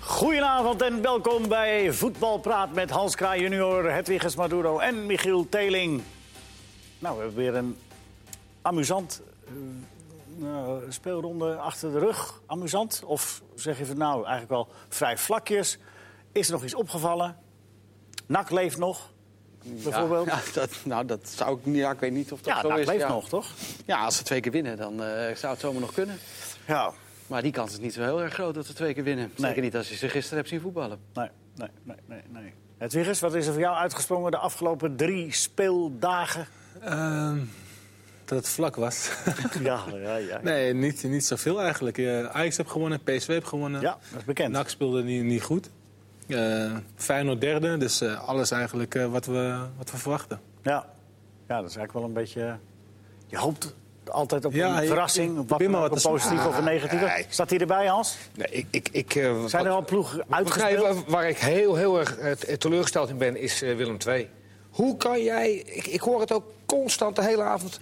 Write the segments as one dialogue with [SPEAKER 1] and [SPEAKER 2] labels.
[SPEAKER 1] Goedenavond en welkom bij Voetbalpraat met Hans Kraai junior, Hedwiges Maduro en Michiel Teling. Nou, we hebben weer een amusant eh, nou, speelronde achter de rug. Amusant, of zeg je van nou, eigenlijk wel vrij vlakjes. Is er nog iets opgevallen? Nak leeft nog, bijvoorbeeld. Ja,
[SPEAKER 2] Ja, dat, nou, dat zou ik niet. Ja, ik weet niet of dat zo
[SPEAKER 1] Nak
[SPEAKER 2] is.
[SPEAKER 1] leeft
[SPEAKER 2] ja.
[SPEAKER 1] nou, nog, toch?
[SPEAKER 2] Ja, als ze twee keer winnen, dan eh, zou het zomaar nog kunnen.
[SPEAKER 1] Ja,
[SPEAKER 2] Maar die kans is niet zo heel erg groot dat ze twee keer winnen. Zeker niet als je ze gisteren hebt zien voetballen.
[SPEAKER 1] nee, nee, nee, nee. nee. Hedwiges, wat is er voor jou uitgesprongen de afgelopen drie speeldagen?
[SPEAKER 3] Ehm, dat het vlak was.
[SPEAKER 1] Ja, ja, ja.
[SPEAKER 3] nee, niet, niet zoveel eigenlijk. Eh Ajax heeft gewonnen, PSV heeft gewonnen.
[SPEAKER 1] Ja, dat is bekend.
[SPEAKER 3] NAC speelde niet, niet goed. Eh Feyenoord derde, dus eh, alles eigenlijk eh, wat, we, wat we verwachten.
[SPEAKER 1] Ja. ja, dat is eigenlijk wel een beetje... eh, Je hoopt altijd op
[SPEAKER 3] Ja,
[SPEAKER 1] een
[SPEAKER 3] je-
[SPEAKER 1] verrassing, op, wat,
[SPEAKER 3] probeer maar
[SPEAKER 1] op
[SPEAKER 3] wat
[SPEAKER 1] een
[SPEAKER 3] te
[SPEAKER 1] positieve of een negatieve. Staat hij erbij, Hans?
[SPEAKER 4] Nee, ik, ik, ik, eh,
[SPEAKER 1] Zijn er
[SPEAKER 4] wat-
[SPEAKER 1] al ploegen
[SPEAKER 4] wat mij-
[SPEAKER 1] uitgespeeld?
[SPEAKER 4] waar- waar ik heel, heel erg eh, te- teleurgesteld in ben, is eh, Willem II. Hoe kan jij... Ik, ik hoor het ook constant de hele avond...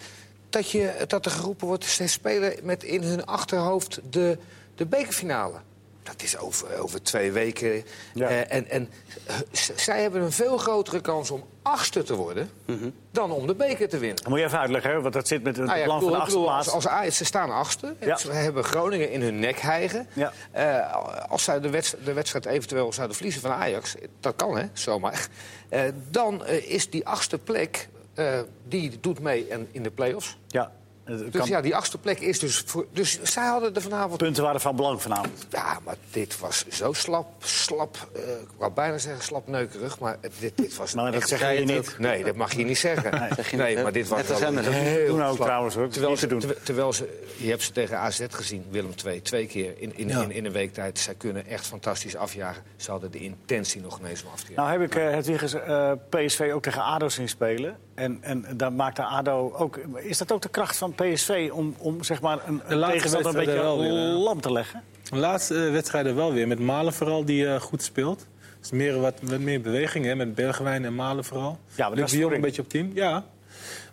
[SPEAKER 4] dat, je, dat er geroepen wordt, ze spelen met in hun achterhoofd de, de bekerfinale. Dat is over, over twee weken.
[SPEAKER 1] Ja.
[SPEAKER 4] Eh, en en eh, z- zij hebben een veel grotere kans om achtste te worden...
[SPEAKER 1] Mhm.
[SPEAKER 4] dan om de beker te winnen.
[SPEAKER 1] Dat moet je even uitleggen, hè, want dat zit met het
[SPEAKER 4] Nou ja,
[SPEAKER 1] plan
[SPEAKER 4] ik
[SPEAKER 1] van de
[SPEAKER 4] bedoel-
[SPEAKER 1] achtste
[SPEAKER 4] ik bedoel,
[SPEAKER 1] plaats.
[SPEAKER 4] Als, als Ajax- ze staan achtste.
[SPEAKER 1] Ja.
[SPEAKER 4] Ze hebben Groningen in hun nek hijgen.
[SPEAKER 1] Ja.
[SPEAKER 4] Eh, als zij de, wedst- de wedstrijd eventueel zouden verliezen van Ajax... dat kan, hè, zomaar. Eh, dan eh, is die achtste plek... eh, die doet mee en in de play-offs.
[SPEAKER 1] Ja, het
[SPEAKER 4] Dus
[SPEAKER 1] kan-
[SPEAKER 4] ja, die achtste plek is dus... Voor, dus zij hadden er vanavond...
[SPEAKER 1] punten waren van belang vanavond.
[SPEAKER 4] Ja, maar dit was zo slap, slap... eh, ik wou bijna zeggen slapneukerig, maar dit, dit was...
[SPEAKER 1] Maar dat
[SPEAKER 4] echt-
[SPEAKER 1] zeg
[SPEAKER 2] zei
[SPEAKER 1] je
[SPEAKER 2] het
[SPEAKER 1] niet.
[SPEAKER 2] ook.
[SPEAKER 4] Nee, dat mag je niet zeggen. Nee,
[SPEAKER 2] Zeg je niet, hè?
[SPEAKER 4] maar dit was
[SPEAKER 2] Net als
[SPEAKER 4] wel
[SPEAKER 2] hem met hem.
[SPEAKER 4] heel
[SPEAKER 1] Doen ook
[SPEAKER 4] slap.
[SPEAKER 1] trouwens, hoor.
[SPEAKER 4] Terwijl
[SPEAKER 1] Niet
[SPEAKER 4] ze,
[SPEAKER 1] te doen.
[SPEAKER 4] ter- terwijl ze, je hebt ze tegen AZ gezien, Willem II, twee keer in, in,
[SPEAKER 3] Ja.
[SPEAKER 4] in, in een week tijd. Zij kunnen echt fantastisch afjagen. Ze hadden de intentie nog niet eens om af te jagen.
[SPEAKER 1] Nou heb ik eh, het Wiggers eh, PSV ook tegen ADO zien spelen. En, en daar maakte ADO ook... Is dat ook de kracht van PSV om, om zeg maar een, een
[SPEAKER 3] laatste
[SPEAKER 1] tegenstander een
[SPEAKER 3] wedstrijd
[SPEAKER 1] beetje
[SPEAKER 3] wel weer, hè?
[SPEAKER 1] lam te leggen?
[SPEAKER 3] De laatste eh, wedstrijden wel weer, met Malen vooral, die eh, goed speelt. Dus meer, wat, wat meer beweging, hè, met Bergwijn en Malen vooral.
[SPEAKER 1] maar dat
[SPEAKER 3] Luc
[SPEAKER 1] is
[SPEAKER 3] de Jong
[SPEAKER 1] spring.
[SPEAKER 3] een beetje op team, ja.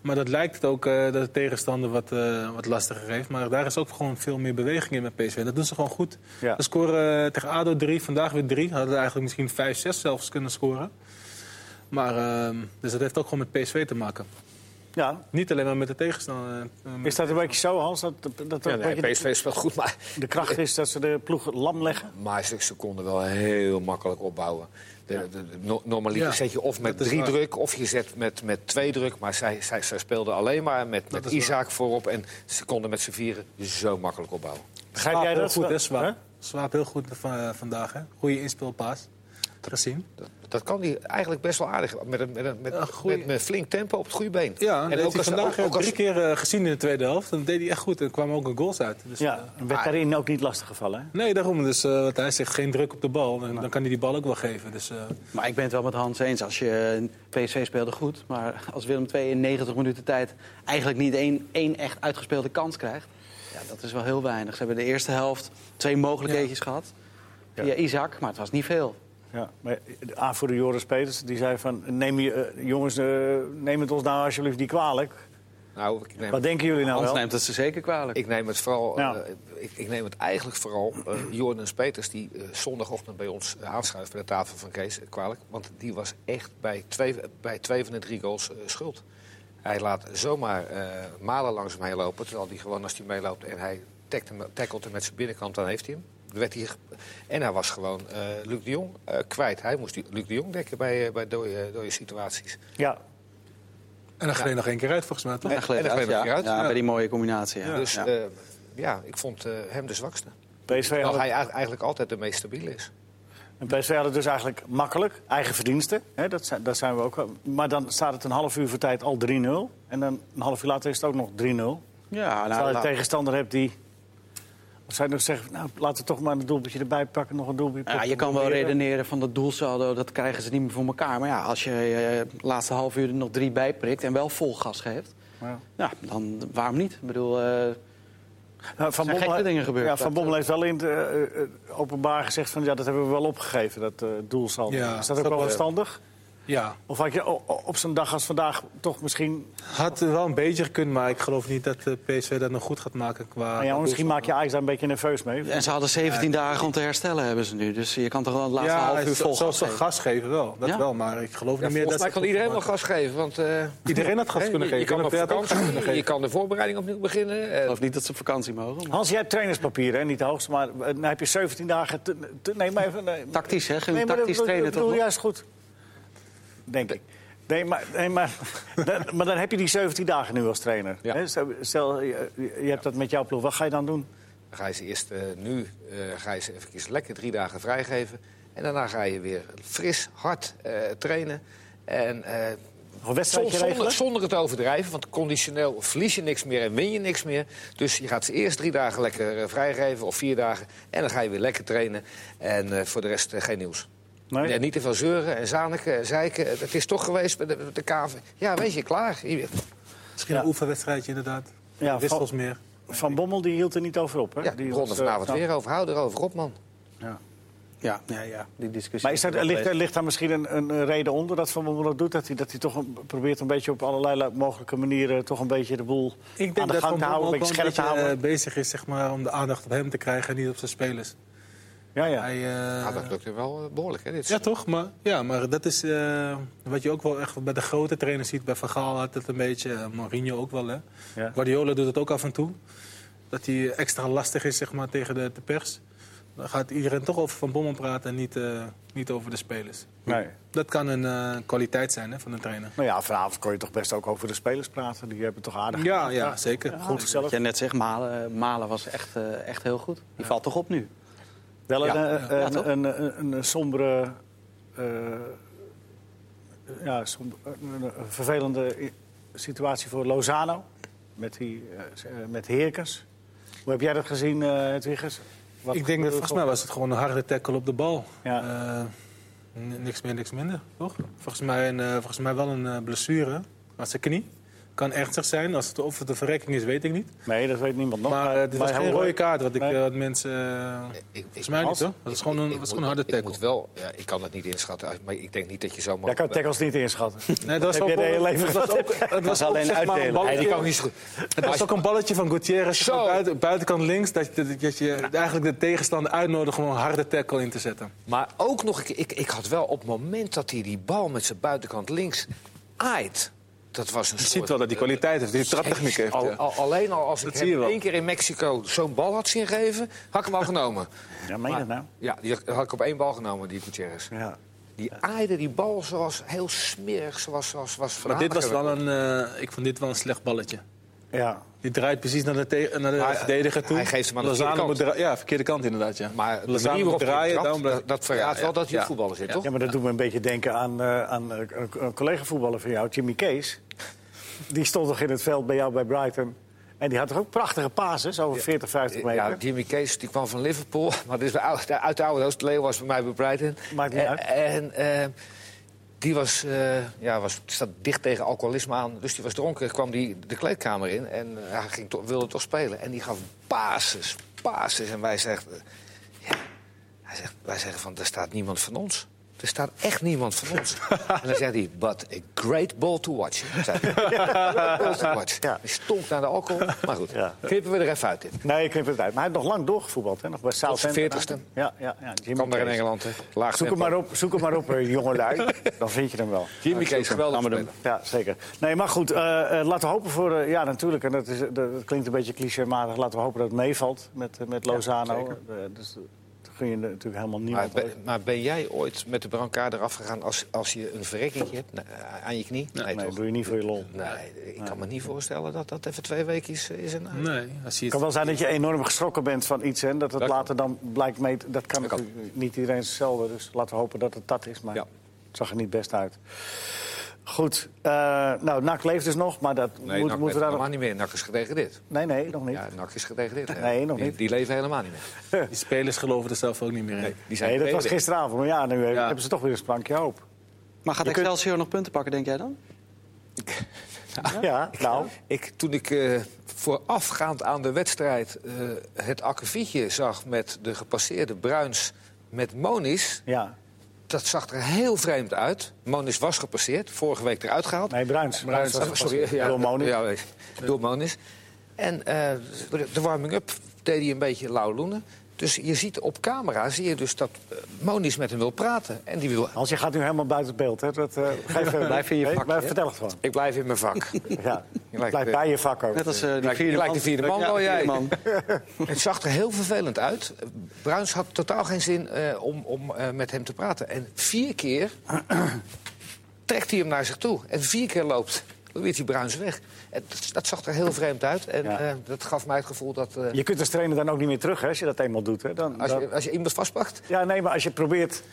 [SPEAKER 3] Maar dat lijkt het ook eh, dat de tegenstander wat, eh, wat lastiger heeft. Maar daar is ook gewoon veel meer beweging in met PSV. Dat doen ze gewoon goed.
[SPEAKER 1] Ja.
[SPEAKER 3] Ze scoren eh, tegen ADO 3, vandaag weer 3. Hadden eigenlijk misschien 5, 6 zelfs kunnen scoren. Maar, ehm, dus dat heeft ook gewoon met PSV te maken.
[SPEAKER 1] Ja.
[SPEAKER 3] Niet alleen maar met de tegenstander. eh, met-
[SPEAKER 1] Is dat een beetje zo, Hans? Dat, dat, Nou, dat
[SPEAKER 4] Ja,
[SPEAKER 1] een
[SPEAKER 4] nee,
[SPEAKER 1] beetje de-
[SPEAKER 4] PSV speelt goed, maar,
[SPEAKER 1] de kracht is dat ze de ploeg lam leggen?
[SPEAKER 4] maar ze, ze konden wel heel makkelijk opbouwen. De, de- de- no- normaliter
[SPEAKER 3] Ja,
[SPEAKER 4] zet je of met
[SPEAKER 3] dat is
[SPEAKER 4] drie
[SPEAKER 3] waar.
[SPEAKER 4] druk of je zet met, met twee druk. Maar zij, zij, zij speelden alleen maar met, met
[SPEAKER 3] is waar.
[SPEAKER 4] Isaac voorop. En ze konden met z'n vieren zo makkelijk opbouwen.
[SPEAKER 1] Begrijp
[SPEAKER 3] Swaap
[SPEAKER 1] jij dat?
[SPEAKER 3] Ah, heel goed, hè, Swaap?
[SPEAKER 1] Hè?
[SPEAKER 3] Swaap heel goed van, eh, vandaag, hè? Goede inspeelpaas. Gezien.
[SPEAKER 4] Dat, dat kan hij eigenlijk best wel aardig. Met een, met een, met,
[SPEAKER 3] Een goeie-
[SPEAKER 4] met een flink tempo op het goede been.
[SPEAKER 3] Ja, en ook
[SPEAKER 4] als-
[SPEAKER 3] vandaag
[SPEAKER 4] ook-
[SPEAKER 3] ook,
[SPEAKER 4] ook als-
[SPEAKER 3] drie keer eh, gezien in de tweede helft. Dan deed hij echt goed en kwamen ook een goals uit. Dus, eh,
[SPEAKER 1] Ja, werd daarin ook niet lastig gevallen. Hè?
[SPEAKER 3] nee, daarom. Dus eh, wat hij zegt, geen druk op de bal. En dan kan hij die bal ook wel geven. Dus, eh,
[SPEAKER 2] Maar ik ben het wel met Hans eens. Als je eh, PSV speelde goed, maar als Willem II in 90 minuten tijd eigenlijk niet één, één echt uitgespeelde kans krijgt, ja, dat is wel heel weinig. Ze hebben de eerste helft twee mogelijkheden gehad.
[SPEAKER 1] Ja.
[SPEAKER 2] Ja. Isaac, maar het was niet veel.
[SPEAKER 1] Ja, maar de aanvoerder Joris Peters die zei van... Neem je, eh, jongens, eh, neem het ons nou alsjeblieft niet kwalijk.
[SPEAKER 4] Nou, ik neem,
[SPEAKER 1] Wat denken jullie nou
[SPEAKER 2] Hans
[SPEAKER 1] wel?
[SPEAKER 2] neemt het ze zeker kwalijk.
[SPEAKER 4] ik neem het vooral.
[SPEAKER 1] Ja.
[SPEAKER 4] eh, ik, ik neem het eigenlijk vooral eh, Jordan Peters, die eh, zondagochtend bij ons eh, aanschuift bij de tafel van Kees, eh, kwalijk. Want die was echt bij twee, bij twee van de drie goals eh, schuld. Hij laat zomaar eh, malen langs hem heen lopen. Terwijl hij gewoon als hij meeloopt en hij tackt hem, tackelt hem met zijn binnenkant, dan heeft hij hem. Dan Werd hij ge- en hij was gewoon eh, Luc de Jong eh, kwijt. Hij moest die- Luc de Jong dekken bij, eh, bij dode, dode situaties.
[SPEAKER 1] Ja,
[SPEAKER 3] en dan ging hij nog één keer uit, volgens mij. Toch?
[SPEAKER 4] Nee.
[SPEAKER 2] En dan
[SPEAKER 4] en dan gleed
[SPEAKER 2] ja.
[SPEAKER 4] het eruit.
[SPEAKER 2] Ja, bij die mooie combinatie. Ja.
[SPEAKER 4] dus
[SPEAKER 2] Ja.
[SPEAKER 4] eh, ja, ik vond eh, hem de zwakste.
[SPEAKER 2] Oh,
[SPEAKER 1] PSV had,
[SPEAKER 4] Terwijl hij
[SPEAKER 1] het,
[SPEAKER 4] eigenlijk- eigenlijk altijd de meest stabiele is.
[SPEAKER 1] en PSV had het dus eigenlijk makkelijk. Eigen verdiensten, hè, dat, zijn, dat zijn we ook. wel. Maar dan staat het een half uur voor tijd al 3-0. En dan een half uur later is het ook nog 3-0. Terwijl
[SPEAKER 2] ja, nou,
[SPEAKER 1] je
[SPEAKER 2] laat-
[SPEAKER 1] tegenstander hebt die... Of zij nog zeggen, nou, laten we toch maar een doelpuntje erbij pakken. Nog een doelpuntje.
[SPEAKER 2] Ja, je kan wel
[SPEAKER 1] proberen.
[SPEAKER 2] redeneren van dat doelsaldo, dat krijgen ze niet meer voor elkaar. Maar ja, als je eh, de laatste half uur er nog drie bij prikt en wel vol gas geeft...
[SPEAKER 1] Ja.
[SPEAKER 2] Ja, dan waarom niet? Ik bedoel, eh,
[SPEAKER 1] Nou, van
[SPEAKER 2] zijn
[SPEAKER 1] Bommel,
[SPEAKER 2] gekke dingen gebeurd.
[SPEAKER 1] Ja, van
[SPEAKER 2] Dat-
[SPEAKER 1] Bommel heeft wel in het eh, eh, openbaar gezegd van ja, dat hebben we wel opgegeven, dat eh doelsaldo.
[SPEAKER 3] Ja,
[SPEAKER 1] is dat
[SPEAKER 3] dat
[SPEAKER 1] ook wel
[SPEAKER 3] wel.
[SPEAKER 1] verstandig?
[SPEAKER 3] Ja,
[SPEAKER 1] Of had je o- o- op zo'n dag als vandaag toch misschien...
[SPEAKER 3] had wel een beetje gekund, maar ik geloof niet dat eh, PSV dat nog goed gaat maken. Qua
[SPEAKER 1] nou ja, misschien maak je Ajax daar een beetje nerveus mee.
[SPEAKER 2] En ze hadden 17 dagen om te herstellen, hebben ze nu. Dus je kan toch wel het laatste
[SPEAKER 3] ja,
[SPEAKER 2] half uur
[SPEAKER 3] zo-
[SPEAKER 2] vol
[SPEAKER 3] zelfs
[SPEAKER 2] gas
[SPEAKER 3] wel
[SPEAKER 2] geven.
[SPEAKER 3] gas geven wel. Dat
[SPEAKER 2] Ja.
[SPEAKER 3] wel, maar ik geloof
[SPEAKER 4] Ja,
[SPEAKER 3] niet meer dat
[SPEAKER 4] volgens mij
[SPEAKER 3] ze
[SPEAKER 4] kan
[SPEAKER 3] het
[SPEAKER 4] iedereen wel
[SPEAKER 3] goed
[SPEAKER 4] gas geven. Want, eh,
[SPEAKER 3] Iedereen had gas
[SPEAKER 4] hè,
[SPEAKER 3] kunnen
[SPEAKER 4] je-
[SPEAKER 3] geven.
[SPEAKER 4] Je kan, op
[SPEAKER 3] Willem II had ook
[SPEAKER 4] vakantie,
[SPEAKER 3] gas kunnen
[SPEAKER 4] je
[SPEAKER 3] geven.
[SPEAKER 4] kan de voorbereiding opnieuw beginnen.
[SPEAKER 2] Ik
[SPEAKER 4] eh,
[SPEAKER 2] geloof niet dat ze op vakantie mogen. maar-
[SPEAKER 1] Hans, jij hebt trainerspapier, hè? niet de hoogste, maar eh, dan heb je 17 dagen... te- te- nee, maar even... Nee,
[SPEAKER 2] Tactisch, hè? Geen
[SPEAKER 1] nee, maar
[SPEAKER 2] tactisch
[SPEAKER 1] dat-
[SPEAKER 2] trainen
[SPEAKER 1] dat
[SPEAKER 2] toch?
[SPEAKER 1] bedoel
[SPEAKER 2] nog?
[SPEAKER 1] juist goed. Denk ik. Nee, maar, nee, maar, dan, maar dan heb je die 17 dagen nu als trainer.
[SPEAKER 4] Ja.
[SPEAKER 1] hè? Stel- Stel, je, je hebt dat met jouw ploeg. Wat ga je dan doen?
[SPEAKER 4] ga je ze eerst eh, nu eh, ga je ze eventjes lekker drie dagen vrijgeven. En daarna ga je weer fris, hard eh, trainen. En eh,
[SPEAKER 1] Een wedstrijdje
[SPEAKER 4] zon- zonder,
[SPEAKER 1] regelen?
[SPEAKER 4] zonder het overdrijven, want conditioneel verlies je niks meer en win je niks meer. Dus je gaat ze eerst drie dagen lekker eh, vrijgeven of vier dagen. En dan ga je weer lekker trainen. En eh, voor de rest eh, geen nieuws.
[SPEAKER 1] Nee?
[SPEAKER 4] En niet te veel zeuren en zaniken en zeiken. Het is toch geweest met de, met de KV. Ja, weet je, klaar. Hier-
[SPEAKER 3] Misschien
[SPEAKER 1] Ja.
[SPEAKER 3] een oefenwedstrijdje inderdaad.
[SPEAKER 1] Ja,
[SPEAKER 3] Wissels meer.
[SPEAKER 1] Van Bommel die hield er niet over op. Hè?
[SPEAKER 4] Ja,
[SPEAKER 1] die
[SPEAKER 4] die ronden
[SPEAKER 1] was, eh,
[SPEAKER 4] vanavond
[SPEAKER 1] knap.
[SPEAKER 3] nou.
[SPEAKER 4] weer over. Hou erover op, man.
[SPEAKER 1] Ja.
[SPEAKER 2] Ja, ja, ja, die discussie.
[SPEAKER 1] Maar is dat,
[SPEAKER 2] heb ik wel
[SPEAKER 1] ligt, daar- ligt daar misschien een, een eh, reden onder dat Van Bommel dat doet? Dat hij, dat hij toch een- probeert een beetje op allerlei la- mogelijke manieren... toch een beetje de boel
[SPEAKER 3] Ik
[SPEAKER 1] aan
[SPEAKER 3] denk
[SPEAKER 1] de
[SPEAKER 3] dat
[SPEAKER 1] gang
[SPEAKER 3] Van
[SPEAKER 1] te houden,
[SPEAKER 3] Bommel
[SPEAKER 1] een
[SPEAKER 3] ook
[SPEAKER 1] beetje scherp
[SPEAKER 3] wel een
[SPEAKER 1] te
[SPEAKER 3] beetje
[SPEAKER 1] houden.
[SPEAKER 3] eh, bezig is zeg maar, om de aandacht op hem te krijgen en niet op zijn spelers.
[SPEAKER 1] ja, ja.
[SPEAKER 3] Hij, eh,
[SPEAKER 4] Ja, dat lukt hem wel eh, behoorlijk, hè? Dit
[SPEAKER 3] ja, toch? Maar, ja, maar dat is eh, wat je ook wel echt bij de grote trainers ziet. Bij Van Gaal had het een beetje, eh, Mourinho ook wel. Hè?
[SPEAKER 1] Ja.
[SPEAKER 3] Guardiola doet het ook af en toe. Dat hij extra lastig is zeg maar, tegen de, de pers. Dan gaat iedereen toch over Van Bommel praten en niet, eh, niet over de spelers.
[SPEAKER 1] Nee.
[SPEAKER 3] Dat kan een eh, kwaliteit zijn hè, van een trainer.
[SPEAKER 1] Nou ja, vanavond kon je toch best ook over de spelers praten. Die hebben toch aardig
[SPEAKER 3] Ja, ja zeker.
[SPEAKER 1] goed
[SPEAKER 2] Wat
[SPEAKER 1] gezellig.
[SPEAKER 2] jij net zegt, Malen, Malen was echt, eh, echt heel goed. Die valt toch op nu?
[SPEAKER 1] Wel een,
[SPEAKER 2] Ja.
[SPEAKER 1] eh,
[SPEAKER 2] Ja,
[SPEAKER 1] een,
[SPEAKER 2] toch?
[SPEAKER 1] een, een, een sombere... eh, ja, som- een, een vervelende i- situatie voor Lozano. Met, die, eh, z- eh, met Heerkens. Hoe heb jij dat gezien, eh Hedwiggers? Wat
[SPEAKER 3] Ik denk dat
[SPEAKER 1] gebeurde
[SPEAKER 3] volgens mij was het gewoon een harde tackle op de bal.
[SPEAKER 1] Ja.
[SPEAKER 3] Eh, n- niks meer, niks minder, toch? Volgens mij, een, eh, volgens mij wel een eh, blessure aan zijn knie. Kan ernstig zijn. Als het, of het een verrekking is, weet ik niet.
[SPEAKER 1] Nee, dat weet niemand nog.
[SPEAKER 3] maar eh, dit was
[SPEAKER 1] hij
[SPEAKER 3] geen
[SPEAKER 1] hoorde-
[SPEAKER 3] rode kaart, wat ik
[SPEAKER 1] Nee.
[SPEAKER 3] eh, wat mensen... eh,
[SPEAKER 4] Ik, ik,
[SPEAKER 3] volgens mij niet,
[SPEAKER 1] Hans?
[SPEAKER 3] hoor. Dat is gewoon een,
[SPEAKER 4] ik
[SPEAKER 3] dat is
[SPEAKER 4] moet-
[SPEAKER 3] gewoon een harde
[SPEAKER 4] Ik
[SPEAKER 3] tackle.
[SPEAKER 4] moet wel, ja, ik kan het niet inschatten, maar ik denk niet dat je zomaar...
[SPEAKER 1] Jij kan tackles niet inschatten.
[SPEAKER 3] Nee, dat was
[SPEAKER 1] Heb
[SPEAKER 3] ook
[SPEAKER 1] jij de
[SPEAKER 3] wel-
[SPEAKER 1] hele leven
[SPEAKER 3] het was
[SPEAKER 1] gehad?
[SPEAKER 3] ook- Het was
[SPEAKER 2] was
[SPEAKER 3] ook,
[SPEAKER 2] alleen
[SPEAKER 3] zeg maar, een
[SPEAKER 2] uitdelen.
[SPEAKER 4] Nee, die kan ik
[SPEAKER 3] balletje-
[SPEAKER 4] niet zo goed.
[SPEAKER 3] Het was ook een balletje van Gutierrez. dus
[SPEAKER 4] Zo.
[SPEAKER 3] van Buiten, buitenkant links, dat je, dat je eigenlijk de tegenstander uitnodigt om een harde tackle in te zetten.
[SPEAKER 4] Maar ook nog een keer, ik, ik had wel op het moment dat hij die bal met zijn buitenkant links aait... Dat was een
[SPEAKER 3] Je ziet wel dat hij kwaliteit heeft, die traptechniek heeft.
[SPEAKER 4] Al,
[SPEAKER 3] ja.
[SPEAKER 4] al- alleen al als ik
[SPEAKER 3] Dat zie je
[SPEAKER 4] hem
[SPEAKER 3] wel.
[SPEAKER 4] één keer in Mexico zo'n bal had zien geven, had ik hem al genomen.
[SPEAKER 1] Ja, meen je dat nou?
[SPEAKER 4] Ja, die had- had ik op één bal genomen, die Gutierrez.
[SPEAKER 1] Ja.
[SPEAKER 4] Die aaide die bal zoals heel smerig, zoals, zoals, was
[SPEAKER 3] Maar dit was wel een, eh, ik vond dit wel een slecht balletje.
[SPEAKER 1] ja.
[SPEAKER 3] Die draait precies naar de, te- naar de
[SPEAKER 4] Hij-
[SPEAKER 3] verdediger toe.
[SPEAKER 4] hij geeft hem aan de
[SPEAKER 3] Lozano
[SPEAKER 4] verkeerde
[SPEAKER 3] moet draa- Ja, verkeerde kant inderdaad, ja.
[SPEAKER 4] Maar de
[SPEAKER 3] Lozano
[SPEAKER 4] manier
[SPEAKER 3] moet
[SPEAKER 4] waarop hij
[SPEAKER 3] draaien,
[SPEAKER 4] trapt,
[SPEAKER 3] daarom blijft-
[SPEAKER 4] dat, dat verraadt
[SPEAKER 3] Ja,
[SPEAKER 4] wel dat hij
[SPEAKER 3] ja.
[SPEAKER 4] een voetballer zit, toch?
[SPEAKER 1] Ja, maar dat doet me een beetje denken aan, eh, aan eh, een- een collega-voetballer van jou, Jimmy Kees. Die stond toch in het veld bij jou bij Brighton. En die had toch ook prachtige pases, over 40, 50 meter.
[SPEAKER 4] Ja, Jimmy Kees die kwam van Liverpool, maar dit is bij oude- uit de oude hoofd. Leo was bij mij bij Brighton.
[SPEAKER 1] Maakt niet
[SPEAKER 4] Eh,
[SPEAKER 1] uit.
[SPEAKER 4] En eh, die was, eh, ja, was, staat dicht tegen alcoholisme aan, dus die was dronken. Kwam die de kleedkamer in en eh, hij ging toch- wilde toch spelen. En die gaf basis, basis. En wij zeggen, eh, ja, hij zegt, wij zeggen van, er staat niemand van ons. Er staat echt niemand van ons. en dan zegt hij, but a great ball to watch. zei hij. Great ball to watch.
[SPEAKER 1] Ja.
[SPEAKER 4] Hij stonk naar de alcohol, maar goed.
[SPEAKER 1] Ja.
[SPEAKER 4] Knippen we er even uit in.
[SPEAKER 1] Nee, ik knip het uit. Maar hij heeft nog lang doorgevoetbald, hè? Nog bij Southampton.
[SPEAKER 4] 40ste.
[SPEAKER 1] Ja, ja, ja. Jimmy
[SPEAKER 4] Kan daar in
[SPEAKER 1] Kees.
[SPEAKER 4] Engeland, hè? Laag
[SPEAKER 1] Zoek hem
[SPEAKER 4] tempo.
[SPEAKER 1] maar op, zoek hem maar op eh, jongelui. Dan vind je hem wel.
[SPEAKER 4] Jimmy Kees, geweldig
[SPEAKER 2] Gaan we doen.
[SPEAKER 4] speler.
[SPEAKER 1] Ja, zeker. Nee, maar goed, eh, eh, laten we hopen voor... eh, ja, natuurlijk, en dat, is, dat, dat klinkt een beetje clichématig. Laten we hopen dat het meevalt met, eh, met Lozano. Eh, dus dat gun je natuurlijk helemaal
[SPEAKER 4] Maar,
[SPEAKER 1] niemand.
[SPEAKER 4] ben- maar ben jij ooit met de brancard eraf gegaan als, als je een verrekking hebt nou, aan je knie? Nee,
[SPEAKER 1] nee,
[SPEAKER 4] toch?
[SPEAKER 1] dat doe je niet voor je lol.
[SPEAKER 4] Nee, ik kan me niet voorstellen dat dat even twee weken is, eh, is en uit.
[SPEAKER 3] Nee, als je
[SPEAKER 1] Het kan wel zijn dat je enorm geschrokken bent van iets en dat het
[SPEAKER 4] Dat kan.
[SPEAKER 1] later dan blijkt mee. Dat kan
[SPEAKER 4] Dat kan.
[SPEAKER 1] natuurlijk niet iedereen is hetzelfde. Dus laten we hopen dat het dat is. Maar
[SPEAKER 4] Ja.
[SPEAKER 1] het zag er niet best uit. Goed, eh, nou, NAC leeft dus nog, maar dat
[SPEAKER 4] Nee,
[SPEAKER 1] moet-
[SPEAKER 4] NAC
[SPEAKER 1] moeten
[SPEAKER 4] leeft
[SPEAKER 1] we daar
[SPEAKER 4] helemaal
[SPEAKER 1] nog...
[SPEAKER 4] niet meer. NAC is gedegradeerd.
[SPEAKER 1] Nee, nee, nog niet.
[SPEAKER 4] Ja, NAC is gedegradeerd.
[SPEAKER 1] Nee, nog
[SPEAKER 4] Die-
[SPEAKER 1] niet.
[SPEAKER 4] Die, leven helemaal niet meer.
[SPEAKER 3] die spelers geloven er zelf ook niet meer in.
[SPEAKER 4] Die zijn
[SPEAKER 1] nee, dat was
[SPEAKER 4] tweede.
[SPEAKER 1] gisteravond. Maar ja, nu eh,
[SPEAKER 3] Ja.
[SPEAKER 1] hebben ze toch weer een sprankje hoop.
[SPEAKER 2] Maar gaat
[SPEAKER 1] Je kunt-
[SPEAKER 2] Excelsior nog punten pakken, denk jij dan?
[SPEAKER 1] Ja, nou,
[SPEAKER 4] Ik, toen ik eh, voorafgaand aan de wedstrijd eh, het akkefietje zag met de gepasseerde Bruins met Monis...
[SPEAKER 1] ja.
[SPEAKER 4] dat zag er heel vreemd uit. Monis was gepasseerd, vorige week eruit gehaald.
[SPEAKER 1] Nee, Bruins. Bruins was
[SPEAKER 4] Oh, sorry,
[SPEAKER 1] gepasseerd. Door Monis.
[SPEAKER 4] Ja, weet je, door Monis. En eh, de, de warming-up deed hij een beetje lauwloenen. Dus je ziet op camera zie je dus dat eh, Monis met hem wil praten. En die wil...
[SPEAKER 1] Hans, je gaat nu helemaal buiten het beeld. Hè? Dat, eh geef, eh,
[SPEAKER 2] Blijf in je
[SPEAKER 1] nee,
[SPEAKER 2] vak,
[SPEAKER 1] maar
[SPEAKER 2] hè?
[SPEAKER 1] vertel het gewoon.
[SPEAKER 4] Ik blijf in mijn vak.
[SPEAKER 1] Ja.
[SPEAKER 4] Lijkt-
[SPEAKER 1] Blijf bij je vak ook.
[SPEAKER 2] Net als eh, die
[SPEAKER 4] Lijkt-
[SPEAKER 2] vierde
[SPEAKER 4] lijkt
[SPEAKER 2] man.
[SPEAKER 4] de vierde man
[SPEAKER 2] Ja,
[SPEAKER 4] wel,
[SPEAKER 2] de
[SPEAKER 4] jij.
[SPEAKER 2] vierde man.
[SPEAKER 4] Het zag er heel vervelend uit. Bruins had totaal geen zin eh, om, om eh, met hem te praten. En vier keer trekt hij hem naar zich toe. En vier keer loopt Luigi Bruins weg. En dat, dat zag er heel vreemd uit. En
[SPEAKER 1] Ja.
[SPEAKER 4] eh, dat gaf mij het gevoel dat eh,
[SPEAKER 1] Je kunt als trainer dan ook niet meer terug hè, als je dat eenmaal doet. Hè? Dan,
[SPEAKER 4] als,
[SPEAKER 1] dan-
[SPEAKER 4] je, als je iemand vastpakt...
[SPEAKER 1] Ja, nee, maar als je probeert,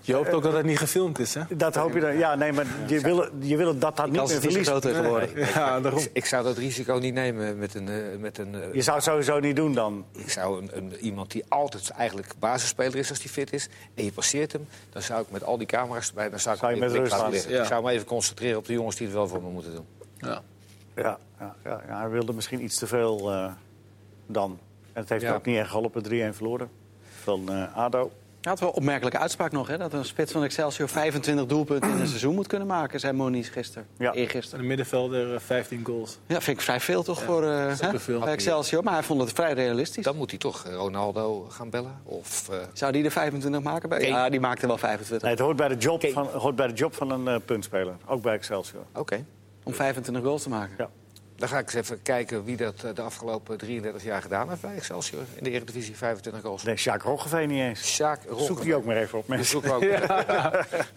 [SPEAKER 3] Je hoopt ook dat het niet gefilmd is, hè?
[SPEAKER 1] dat hoop je dan. Ja, nee, maar je wil, je wil dat dat niet
[SPEAKER 2] Kans
[SPEAKER 1] meer
[SPEAKER 2] is niet zo
[SPEAKER 1] verliest.
[SPEAKER 2] groot tegenwoordig.
[SPEAKER 3] Ja, daarom.
[SPEAKER 4] Ik zou dat risico niet nemen met een... eh, met een eh,
[SPEAKER 1] Je zou het sowieso niet doen dan.
[SPEAKER 4] Ik zou een, een- iemand die altijd eigenlijk basisspeler is als hij fit is... en je passeert hem, dan zou ik met al die camera's erbij... dan zou ik
[SPEAKER 1] Zou je
[SPEAKER 4] hem in
[SPEAKER 1] met
[SPEAKER 4] het blik
[SPEAKER 1] rust laten,
[SPEAKER 4] laten liggen.
[SPEAKER 3] ja.
[SPEAKER 4] Ik zou me even concentreren op de jongens die het wel voor me moeten doen.
[SPEAKER 1] Ja, ja, ja, ja, hij wilde misschien iets te veel eh, dan. En het heeft
[SPEAKER 4] Ja.
[SPEAKER 1] ook niet echt geholpen, 3-1 verloren van eh, ADO.
[SPEAKER 2] Hij had wel een opmerkelijke uitspraak nog, hè? Dat een spits van Excelsior 25 doelpunten in een seizoen moet kunnen maken, zei Moniz gisteren.
[SPEAKER 1] Ja.
[SPEAKER 2] Eergisteren.
[SPEAKER 3] Een middenvelder, eh, 15 goals.
[SPEAKER 2] Ja, vind ik vrij veel toch voor eh,
[SPEAKER 3] is ook
[SPEAKER 2] hè,
[SPEAKER 3] weer veel.
[SPEAKER 2] bij Excelsior. Maar hij vond het vrij realistisch.
[SPEAKER 4] Dan moet hij toch eh, Ronaldo gaan bellen? Of, eh,
[SPEAKER 2] Zou die er 25 maken? Bij?
[SPEAKER 4] Nee.
[SPEAKER 2] Ja, die maakte wel 25.
[SPEAKER 1] Nee, het hoort bij de job van, hoort bij de job van een eh, puntspeler. Ook bij Excelsior.
[SPEAKER 4] Oké,
[SPEAKER 2] Om 25 goals te maken.
[SPEAKER 1] Ja.
[SPEAKER 4] dan ga ik eens even kijken wie dat eh, de afgelopen 33 jaar gedaan heeft bij Excelsior. In de Eredivisie 25 goals.
[SPEAKER 1] Nee, Sjaak Roggeveen niet eens.
[SPEAKER 4] Sjaak Rock.
[SPEAKER 1] Zoek die ook maar even op, mensen.
[SPEAKER 4] Zoek ook.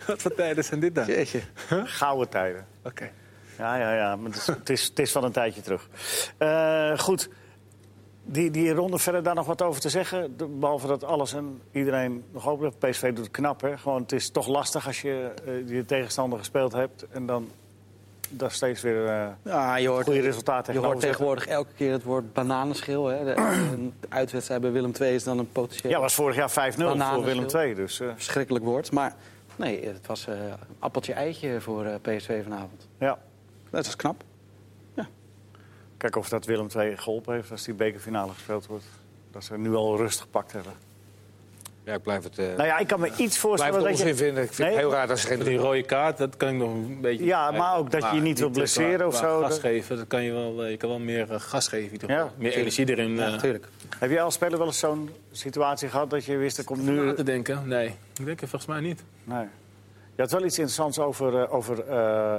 [SPEAKER 3] Wat voor tijden zijn dit dan? Oké.
[SPEAKER 2] Jeetje.
[SPEAKER 1] Gouden tijden. Ja, ja, ja. Maar het, is, het, is, het is van een tijdje terug. Eh, goed. Die, die ronde verder daar nog wat over te zeggen. De- behalve dat alles en iedereen nog hopelijk. PSV doet het knap, hè. Gewoon, het is toch lastig als je eh, je tegenstander gespeeld hebt... en dan daar steeds weer eh,
[SPEAKER 2] Ja, je hoort,
[SPEAKER 1] goede resultaten
[SPEAKER 2] je
[SPEAKER 1] tegenover
[SPEAKER 2] hoort
[SPEAKER 1] zetten.
[SPEAKER 2] tegenwoordig elke keer het woord bananenschil. Hè? De, een uitwedstrijd bij Willem II is dan een potentieel
[SPEAKER 1] Ja, was vorig jaar 5-0 voor Willem
[SPEAKER 2] Bananenschil.
[SPEAKER 1] II. Dus eh,
[SPEAKER 2] verschrikkelijk woord. Maar nee, het was eh, appeltje-eitje voor eh, PSV vanavond.
[SPEAKER 1] ja,
[SPEAKER 2] Dat is knap.
[SPEAKER 1] kijk of dat Willem II geholpen heeft... als die bekerfinale gespeeld wordt. Dat ze nu al rust gepakt hebben.
[SPEAKER 4] Ja, ik blijf het, eh
[SPEAKER 1] Nou ja, ik kan me iets
[SPEAKER 4] blijf
[SPEAKER 1] voorstellen
[SPEAKER 4] het
[SPEAKER 1] dat je...
[SPEAKER 4] onzin vinden. Ik vind
[SPEAKER 1] Nee,
[SPEAKER 4] het heel raar dat ze geen
[SPEAKER 3] Die rode kaart, dat kan ik nog een beetje...
[SPEAKER 1] Ja, maar ook dat je je niet wil
[SPEAKER 3] eh,
[SPEAKER 1] blesseren
[SPEAKER 3] qua-
[SPEAKER 1] of
[SPEAKER 3] qua
[SPEAKER 1] zo.
[SPEAKER 3] Gas geven, dat kan je wel... eh, Je kan wel meer eh, gas geven in ieder geval.
[SPEAKER 1] Ja,
[SPEAKER 3] meer energie erin.
[SPEAKER 2] Ja,
[SPEAKER 3] eh,
[SPEAKER 2] natuurlijk.
[SPEAKER 1] Heb jij als speler wel eens zo'n situatie gehad dat je wist, er komt
[SPEAKER 3] na
[SPEAKER 1] nu...
[SPEAKER 3] te denken? Nee, ik denk het volgens mij niet.
[SPEAKER 1] Nee. Je had wel iets interessants over, eh, over eh,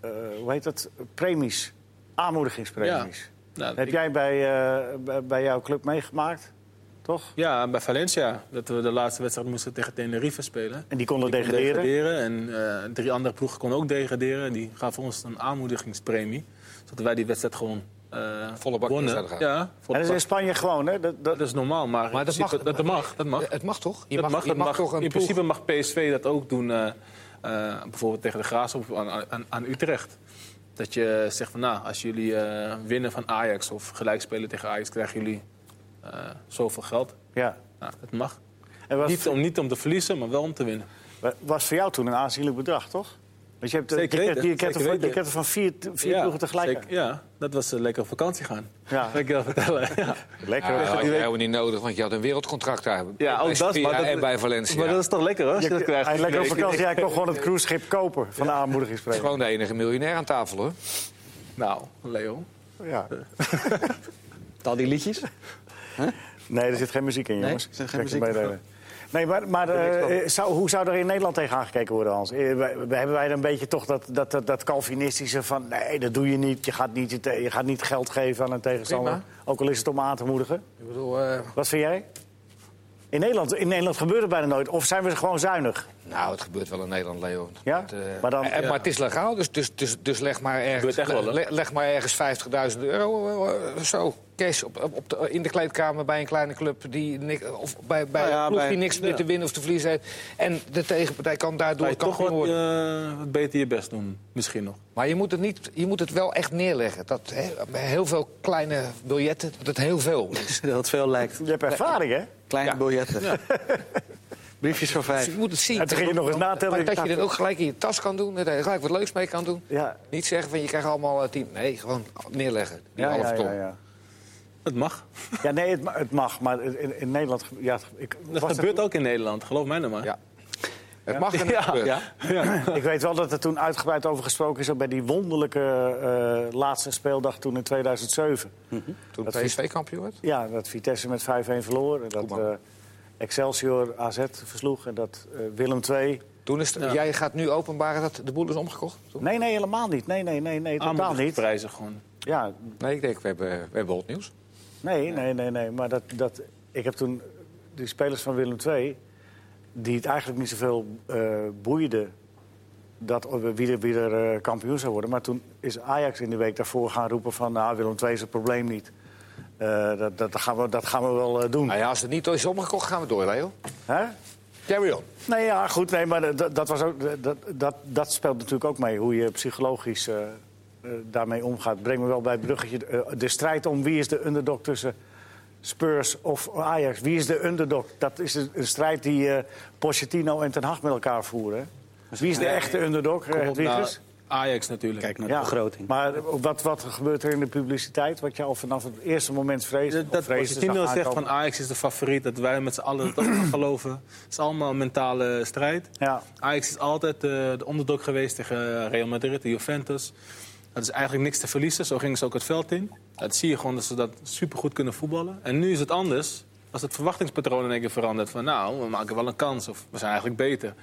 [SPEAKER 1] eh, hoe heet dat, premies. Aanmoedigingspremies.
[SPEAKER 3] Nou,
[SPEAKER 1] Heb
[SPEAKER 3] ik-
[SPEAKER 1] jij bij, eh, bij- bij jouw club meegemaakt, toch?
[SPEAKER 3] Ja, bij Valencia. Dat we de laatste wedstrijd moesten tegen Tenerife spelen.
[SPEAKER 1] En die konden
[SPEAKER 3] Die kon
[SPEAKER 1] degraderen.
[SPEAKER 3] En eh, drie andere ploegen konden ook degraderen. Die gaven ons een aanmoedigingspremie. Zodat wij die wedstrijd gewoon eh
[SPEAKER 4] Volle bak in
[SPEAKER 3] wonnen.
[SPEAKER 4] zouden gaan.
[SPEAKER 3] Ja, volle
[SPEAKER 1] En dat is in
[SPEAKER 3] bak.
[SPEAKER 1] Spanje gewoon, hè? Dat, dat...
[SPEAKER 3] Dat is normaal, maar,
[SPEAKER 4] Maar
[SPEAKER 3] in
[SPEAKER 4] dat
[SPEAKER 3] principe-
[SPEAKER 4] mag.
[SPEAKER 3] dat, dat mag. Dat mag.
[SPEAKER 4] Eh, Het mag toch? Je
[SPEAKER 3] dat
[SPEAKER 4] mag,
[SPEAKER 3] mag,
[SPEAKER 4] je
[SPEAKER 3] dat
[SPEAKER 4] mag,
[SPEAKER 3] mag.
[SPEAKER 4] toch een
[SPEAKER 3] in
[SPEAKER 4] ploeg-
[SPEAKER 3] principe mag PSV dat ook doen, eh, eh, bijvoorbeeld tegen de Graafschap of aan, aan, aan Utrecht. Dat je zegt van, nou, als jullie eh, winnen van Ajax of gelijk spelen tegen Ajax, krijgen jullie eh, zoveel geld.
[SPEAKER 1] Ja.
[SPEAKER 3] Nou, dat mag.
[SPEAKER 1] En was,
[SPEAKER 3] Niet om, niet om te verliezen, maar wel om te winnen.
[SPEAKER 1] was voor jou toen een aanzienlijk bedrag, toch? Want je hebt, eh,
[SPEAKER 3] Zeker
[SPEAKER 1] je kent-
[SPEAKER 3] weten,
[SPEAKER 1] je kent er
[SPEAKER 3] zeker
[SPEAKER 1] van- je
[SPEAKER 3] weten.
[SPEAKER 1] kent er van vier, vier ploegen tegelijk.
[SPEAKER 3] zeker. ja, dat was eh, lekker op vakantie gaan.
[SPEAKER 1] Ja.
[SPEAKER 3] Dat kan ik je wel vertellen. Ja,
[SPEAKER 1] Lekker.
[SPEAKER 4] Ja, dat had je
[SPEAKER 3] die week-
[SPEAKER 4] helemaal niet nodig, want je had een wereldcontract daar.
[SPEAKER 3] ja
[SPEAKER 4] bij
[SPEAKER 3] ook dat.
[SPEAKER 4] Sevilla
[SPEAKER 3] Maar dat
[SPEAKER 4] en bij Valencia.
[SPEAKER 3] Maar dat is toch lekker hoor, als je, dat
[SPEAKER 1] Je-
[SPEAKER 3] krijgt.
[SPEAKER 1] hij is lekker op
[SPEAKER 3] Nee,
[SPEAKER 1] vakantie. Hij kon gewoon het cruiseschip kopen van de aanmoedigingspremie.
[SPEAKER 4] Gewoon de enige miljonair aan tafel, hoor.
[SPEAKER 3] Nou, Leo.
[SPEAKER 1] Ja.
[SPEAKER 2] Met al die liedjes.
[SPEAKER 1] Nee, er zit geen muziek in, jongens.
[SPEAKER 2] er zit geen
[SPEAKER 1] Kan ik je
[SPEAKER 2] muziek in.
[SPEAKER 1] meedelen. Nee, maar, maar eh, zou, hoe zou er in Nederland tegen aangekeken worden, Hans? Eh, wij- wij- hebben wij dan een beetje toch dat, dat, dat, dat Calvinistische van... nee, dat doe je niet. Je gaat niet, je, te- je gaat niet geld geven aan een tegenstander. Ook al is het om aan te moedigen.
[SPEAKER 4] Ik bedoel, eh,
[SPEAKER 1] Wat vind jij? In Nederland, in Nederland gebeurt het bijna nooit. Of zijn we gewoon zuinig?
[SPEAKER 4] nou, het gebeurt wel in Nederland, Leo.
[SPEAKER 1] Ja?
[SPEAKER 4] Het, eh,
[SPEAKER 1] Maar dan-
[SPEAKER 4] eh, maar het is legaal, dus, dus, dus, dus leg maar ergens,
[SPEAKER 3] Gebeurt echt wel, hè?
[SPEAKER 4] le- leg maar ergens 50.000 euro eh, eh, zo cash op, op- op de, in de kleedkamer bij een kleine club... Die nik- of bij, bij
[SPEAKER 2] Nou ja,
[SPEAKER 4] een ploeg
[SPEAKER 2] bij-
[SPEAKER 4] die niks meer te winnen of te verliezen heeft. En de tegenpartij kan
[SPEAKER 3] Kan
[SPEAKER 4] daardoor
[SPEAKER 3] je toch
[SPEAKER 4] kampioen
[SPEAKER 3] wat,
[SPEAKER 4] worden.
[SPEAKER 3] eh, wat beter je best doen, misschien nog.
[SPEAKER 4] Maar je moet, het niet, je moet het wel echt neerleggen. Dat hè, bij heel veel kleine biljetten, dat het heel veel is.
[SPEAKER 2] Dat het veel lijkt.
[SPEAKER 1] Je hebt ervaring, hè?
[SPEAKER 2] Kleine biljetten. Briefjes voor
[SPEAKER 4] Dus
[SPEAKER 2] vijf.
[SPEAKER 4] je moet het zien.
[SPEAKER 1] En toen ging je nog eens natellen.
[SPEAKER 4] Maar
[SPEAKER 1] Ik
[SPEAKER 4] dat
[SPEAKER 1] dacht,
[SPEAKER 4] je dat ook gelijk in je tas kan doen, dat je er gelijk wat leuks mee kan doen.
[SPEAKER 1] Ja.
[SPEAKER 4] Niet zeggen van je krijgt allemaal eh, tien. Nee, gewoon neerleggen. Die
[SPEAKER 1] Ja,
[SPEAKER 4] halve
[SPEAKER 1] ja,
[SPEAKER 4] ton.
[SPEAKER 1] ja, ja.
[SPEAKER 3] Dat mag.
[SPEAKER 1] ja, nee, het, ma- het mag. Maar in, in Nederland... ge- Ja, het- ik,
[SPEAKER 3] Dat
[SPEAKER 1] was het-
[SPEAKER 3] gebeurt ook in Nederland, geloof mij nou maar.
[SPEAKER 4] Ja. Het mag er niet gebeuren.
[SPEAKER 1] Ik weet wel dat er toen uitgebreid over gesproken is... ook bij die wonderlijke eh, laatste speeldag toen in 2007.
[SPEAKER 4] Toen
[SPEAKER 1] Dat
[SPEAKER 4] PSV kampioen werd.
[SPEAKER 1] Ja, dat Vitesse met 5-1 verloor. En dat
[SPEAKER 4] Koeman.
[SPEAKER 1] eh, Excelsior AZ versloeg. En dat eh, Willem II...
[SPEAKER 4] Toen is het- Jij gaat nu openbaren dat de boel is omgekocht? Toen?
[SPEAKER 1] Nee, nee, helemaal niet. Nee, nee, nee, nee totaal niet.
[SPEAKER 3] Prijzen gewoon.
[SPEAKER 1] Ja,
[SPEAKER 4] Nee, ik denk, we hebben, we hebben hot nieuws.
[SPEAKER 1] Nee, nee, nee, nee. Maar dat, dat, ik heb toen die spelers van Willem II, die het eigenlijk niet zoveel eh boeide dat wie er, wie er eh, kampioen zou worden. Maar toen is Ajax in de week daarvoor gaan roepen van nou, Willem II is het probleem niet. Eh, dat, dat, gaan we, dat gaan we wel eh, doen.
[SPEAKER 4] Nou ja, als het niet is omgekocht, gaan we door, Leo.
[SPEAKER 1] Hè?
[SPEAKER 4] Carry on.
[SPEAKER 1] Nee, Nou ja, goed. Nee, maar dat, dat, was ook, dat, dat, dat speelt natuurlijk ook mee, hoe je psychologisch eh, eh, daarmee omgaat. Breng me wel bij het bruggetje. eh, de strijd om wie is de underdog tussen Spurs of Ajax. Wie is de underdog? Dat is een, een strijd die eh, Pochettino en Ten Hag met elkaar voeren. hè. Wie is de echte underdog, eh,
[SPEAKER 3] Dus Kom op naar
[SPEAKER 1] Hedwiges?
[SPEAKER 3] Nou, Ajax natuurlijk.
[SPEAKER 2] Kijk naar de begroting.
[SPEAKER 1] Maar wat, wat gebeurt er in de publiciteit? Wat je al vanaf het eerste moment vreest?
[SPEAKER 3] Dat- Dat
[SPEAKER 1] of vreest, is
[SPEAKER 3] Pochettino
[SPEAKER 1] dan
[SPEAKER 3] zegt
[SPEAKER 1] aankomen.
[SPEAKER 3] van Ajax is de favoriet, dat wij met z'n allen dat ook geloven. Het is allemaal een mentale strijd.
[SPEAKER 1] Ja.
[SPEAKER 3] Ajax is altijd eh, de onderdok geweest tegen eh, Real Madrid, de Juventus. Dat is eigenlijk niks te verliezen, zo gingen ze ook het veld in. Dat zie je gewoon dat ze dat supergoed kunnen voetballen. En nu is het anders, als het verwachtingspatroon in één keer verandert. Van nou, we maken wel een kans, of we zijn eigenlijk beter.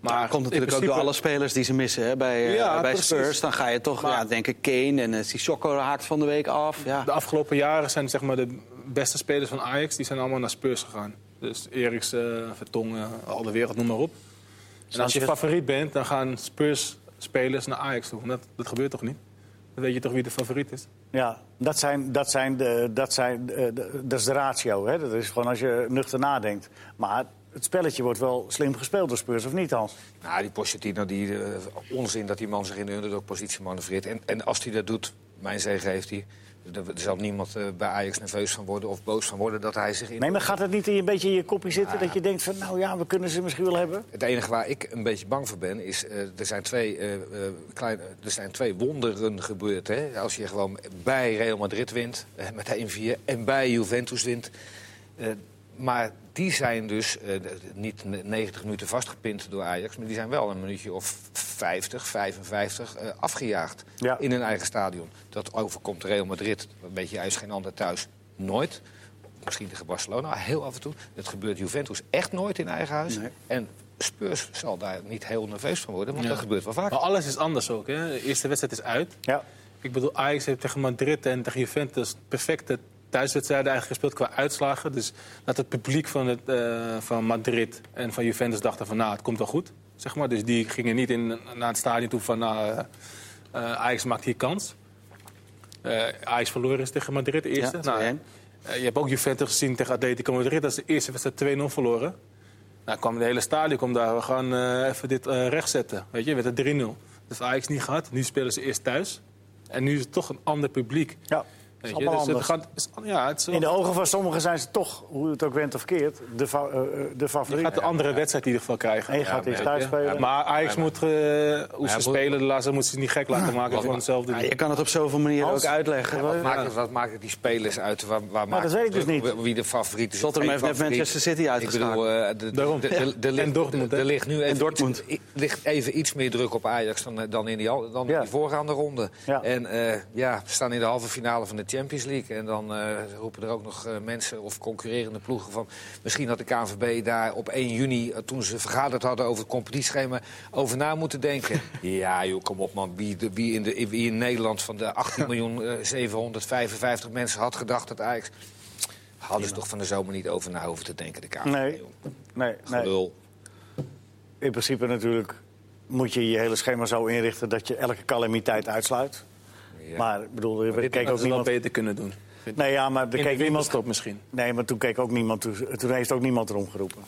[SPEAKER 3] Maar
[SPEAKER 2] Maar komt
[SPEAKER 3] in
[SPEAKER 2] natuurlijk ook
[SPEAKER 3] principe-
[SPEAKER 2] door alle spelers die ze missen hè, bij, eh,
[SPEAKER 3] Ja,
[SPEAKER 2] bij
[SPEAKER 3] precies.
[SPEAKER 2] Spurs. Dan ga je toch
[SPEAKER 3] Maar-
[SPEAKER 2] ja, denken Kane en eh, Sissoko haakt van de week af. Ja.
[SPEAKER 3] De afgelopen jaren zijn zeg maar, de beste spelers van Ajax die zijn allemaal naar Spurs gegaan. Dus Eriksen, Vertongen, al de wereld, noem maar op. En als je
[SPEAKER 1] Sanchez.
[SPEAKER 3] favoriet bent, dan gaan Spurs-spelers naar Ajax toe. En Dat, dat gebeurt toch niet? Dan weet je toch wie de favoriet is?
[SPEAKER 1] Ja, dat, zijn, dat, zijn de, dat, zijn, eh, de- dat is de ratio. Hè? Dat is gewoon als je nuchter nadenkt. Maar het spelletje wordt wel slim gespeeld door Spurs, of niet, Hans?
[SPEAKER 4] Nou, die Pochettino, die eh, onzin dat die man zich in de underdog-positie manoeuvreert. En, en als hij dat doet, mijn zegen heeft hij. Er er zal niemand eh, bij Ajax nerveus van worden of boos van worden dat hij zich in...
[SPEAKER 1] Nee, maar gaat het niet in je- een beetje in je kopje zitten... dat je denkt van, nou ja, we kunnen ze misschien wel hebben?
[SPEAKER 4] Het enige waar ik een beetje bang voor ben, is eh, er, zijn twee, eh, eh, kleine, er zijn twee wonderen gebeurd. Hè? Als je gewoon bij Real Madrid wint, eh, met 1-4, en bij Juventus wint. Eh, maar die zijn dus eh, d- niet ne- 90 minuten vastgepind door Ajax... maar die zijn wel een minuutje of 50, 55 eh, afgejaagd
[SPEAKER 1] Ja.
[SPEAKER 4] in hun eigen stadion. Dat overkomt Real Madrid, een beetje juist geen ander thuis, nooit. Misschien tegen Barcelona, heel af en toe. Het gebeurt Juventus echt nooit in eigen huis.
[SPEAKER 2] Nee.
[SPEAKER 4] En Spurs zal daar niet heel nerveus van worden, want dat gebeurt wel vaak.
[SPEAKER 3] Maar alles is anders ook. Hè? De eerste wedstrijd is uit.
[SPEAKER 1] Ja,
[SPEAKER 3] Ik bedoel, Ajax heeft tegen Madrid en tegen Juventus perfecte thuiswedstrijden eigenlijk gespeeld qua uitslagen. Dus dat het publiek van, het, eh, van Madrid en van Juventus dachten van, nou, het komt wel goed. Zeg maar. Dus die gingen niet in, naar het stadion toe van, nou, eh, eh, Ajax maakt hier kans. Eh Ajax verloren is tegen Madrid, de eerste.
[SPEAKER 2] Ja,
[SPEAKER 3] Nou,
[SPEAKER 2] 2-1.
[SPEAKER 3] eh, je hebt ook Juventus gezien tegen Atletico Madrid. Dat is de eerste wedstrijd 2-0 verloren. Nou, kwam de hele stadion kwam daar. We gaan eh, even dit eh rechtzetten. Weet je, werd het 3-0. Dat heeft Ajax niet gehad. Nu spelen ze eerst thuis. En nu is het toch een ander publiek.
[SPEAKER 1] ja. Het
[SPEAKER 3] Weet
[SPEAKER 1] is
[SPEAKER 3] je?
[SPEAKER 1] allemaal
[SPEAKER 3] Dus het
[SPEAKER 1] anders.
[SPEAKER 3] gaat, is- ja, het is,
[SPEAKER 1] In de ogen van sommigen zijn ze toch, hoe je het ook went of keert... de, fa- eh, eh, de
[SPEAKER 3] je gaat
[SPEAKER 1] favoriet.
[SPEAKER 3] de andere wedstrijd in ieder geval krijgen.
[SPEAKER 1] En je gaat
[SPEAKER 3] Ja,
[SPEAKER 1] eerst
[SPEAKER 3] weet
[SPEAKER 1] thuis
[SPEAKER 3] je.
[SPEAKER 1] spelen.
[SPEAKER 3] Ja, maar Ajax moet, eh, hoe ze
[SPEAKER 4] moet-
[SPEAKER 3] spelen, de laatste moeten ze niet gek laten maken van hetzelfde.
[SPEAKER 2] Ja, je kan het op zoveel manieren
[SPEAKER 1] Hans?
[SPEAKER 2] ook uitleggen.
[SPEAKER 4] Wat maakt, het, wat maakt het die spelers uit? Waar, waar maakt
[SPEAKER 1] dat weet ik
[SPEAKER 4] het-
[SPEAKER 1] dus niet.
[SPEAKER 4] Wie de favoriet is.
[SPEAKER 2] Tottenham
[SPEAKER 4] Twee
[SPEAKER 2] heeft net
[SPEAKER 4] favorieten.
[SPEAKER 2] Manchester City
[SPEAKER 4] Ik
[SPEAKER 2] uitgeschakeld.
[SPEAKER 4] bedoel, eh, de-
[SPEAKER 3] Daarom.
[SPEAKER 4] de- de- de- de-
[SPEAKER 3] En Dortmund, hè?
[SPEAKER 4] Er ligt nu even,
[SPEAKER 2] Dortmund.
[SPEAKER 4] i- ligt even iets meer druk op Ajax dan, eh, dan in die, al- dan in
[SPEAKER 1] Ja.
[SPEAKER 4] die voorgaande ronde.
[SPEAKER 1] Ja.
[SPEAKER 4] En eh, ja, we staan in de halve finale van de Champions League. En dan eh, roepen er ook nog eh, mensen of concurrerende ploegen van... misschien had de KNVB daar op 1 juni, eh, toen ze vergaderd hadden over het competitieschema... over na moeten denken. ja joh, kom op man. Wie, de- wie, in, de, wie in Nederland van de 18 miljoen eh, 755 mensen had gedacht dat Ajax... Hadden ze toch van de zomer niet over na hoeven te denken, de KNVB.
[SPEAKER 1] Nee,
[SPEAKER 4] joh.
[SPEAKER 1] nee, nee.
[SPEAKER 4] Gelul.
[SPEAKER 1] In principe natuurlijk moet je je hele schema zo inrichten... dat je elke calamiteit uitsluit.
[SPEAKER 4] Ja.
[SPEAKER 1] Maar ik bedoel, er keek
[SPEAKER 3] Dat
[SPEAKER 1] ook
[SPEAKER 3] ze dat
[SPEAKER 1] niemand...
[SPEAKER 3] beter kunnen doen. In
[SPEAKER 1] Nee, ja, maar er
[SPEAKER 3] de
[SPEAKER 1] keek niemand...
[SPEAKER 3] winterstop misschien.
[SPEAKER 1] Nee, maar toen keek ook niemand. Toen, toen heeft ook niemand erom geroepen.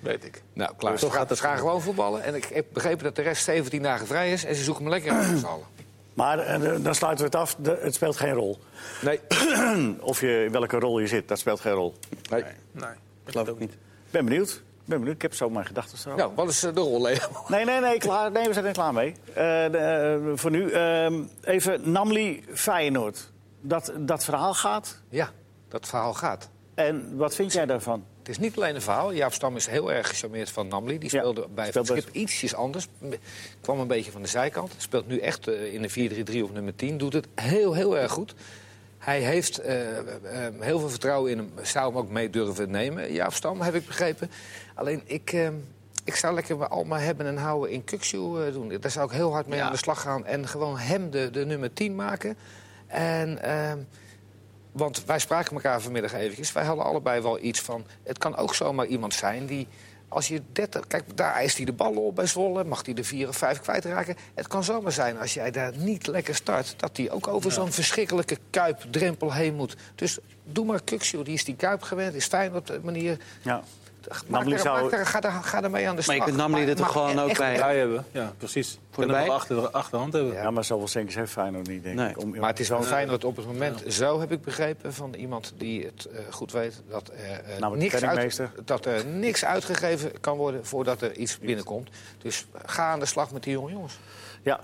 [SPEAKER 3] Weet ik.
[SPEAKER 4] Nou, klaar.
[SPEAKER 3] Zo
[SPEAKER 4] Ze gaan,
[SPEAKER 3] gaat het.
[SPEAKER 4] ze gaan gewoon voetballen. En ik heb begrepen dat de rest 17 dagen vrij is. En ze zoeken me lekker uit met z'n allen.
[SPEAKER 1] Maar eh, dan sluiten we het af. De- het speelt geen rol.
[SPEAKER 4] Nee.
[SPEAKER 1] Of je in welke rol je zit, dat speelt geen rol.
[SPEAKER 3] Nee.
[SPEAKER 2] Geloof ik niet.
[SPEAKER 1] Ik ben benieuwd. Ik ben benieuwd. Ik heb zo mijn gedachten zo.
[SPEAKER 4] Nou, wat is eh, de rol, Leo?
[SPEAKER 1] Nee, nee, nee, klaar. nee, we zijn er klaar mee. Eh, de, eh, voor nu ehm, even Namli Feyenoord. Dat, dat verhaal gaat.
[SPEAKER 4] Ja, dat verhaal gaat.
[SPEAKER 1] En wat vind jij daarvan?
[SPEAKER 4] Het is niet alleen een verhaal. Jaap Stam is heel erg gecharmeerd van Namli. Die
[SPEAKER 1] Ja,
[SPEAKER 4] speelde bij
[SPEAKER 1] speelt
[SPEAKER 4] Schip
[SPEAKER 1] best.
[SPEAKER 4] ietsjes anders. M- Kwam een beetje van de zijkant. Speelt nu echt eh, in de 4-3-3 of nummer 10. Doet het heel, heel erg goed. Hij heeft eh, eh, heel veel vertrouwen in hem. Zou hem ook mee durven nemen. Jaap Stam, heb ik begrepen. Alleen ik... eh, ik zou lekker mijn Alma hebben en houden in Kukshoe eh, doen. Daar zou ik heel hard mee
[SPEAKER 3] Ja.
[SPEAKER 4] aan de slag gaan. En gewoon hem de, de nummer 10 maken. En ehm, want wij spraken elkaar vanmiddag eventjes. Wij hadden allebei wel iets van... Het kan ook zomaar iemand zijn die... Als je 30... Kijk, daar eist hij de ballen op bij Zwolle. Mag hij de vier of vijf kwijtraken. Het kan zomaar zijn, als jij daar niet lekker start... dat hij ook over zo'n verschrikkelijke kuipdrempel heen moet. Dus doe maar Kukshoe. Die is die kuip gewend. Is fijn op de manier...
[SPEAKER 1] Ja.
[SPEAKER 4] Maak
[SPEAKER 1] Namli
[SPEAKER 4] er,
[SPEAKER 1] zou-
[SPEAKER 4] maak er- ga, er, ga ermee
[SPEAKER 3] Dus-
[SPEAKER 4] aan de slag.
[SPEAKER 2] je kunt Namli er toch
[SPEAKER 4] maar
[SPEAKER 2] gewoon ook
[SPEAKER 4] echt-
[SPEAKER 2] bij-
[SPEAKER 3] Bij hebben, ja, precies.
[SPEAKER 2] Voor
[SPEAKER 3] Voor
[SPEAKER 2] de
[SPEAKER 3] de
[SPEAKER 2] wijk?
[SPEAKER 3] achter, achterhand hebben.
[SPEAKER 1] Ja, maar zoveel zinkers heeft Feyenoord niet, denk
[SPEAKER 2] Nee.
[SPEAKER 1] ik. Om-
[SPEAKER 4] Maar het is wel fijn dat op het moment, zo heb ik begrepen van iemand die het eh, goed weet, dat er, eh,
[SPEAKER 1] Namelijk Nou, de
[SPEAKER 4] niks
[SPEAKER 1] penningmeester.
[SPEAKER 4] uit, dat er niks uitgegeven kan worden voordat er iets binnenkomt. Dus ga aan de slag met die jonge jongens.
[SPEAKER 1] Ja,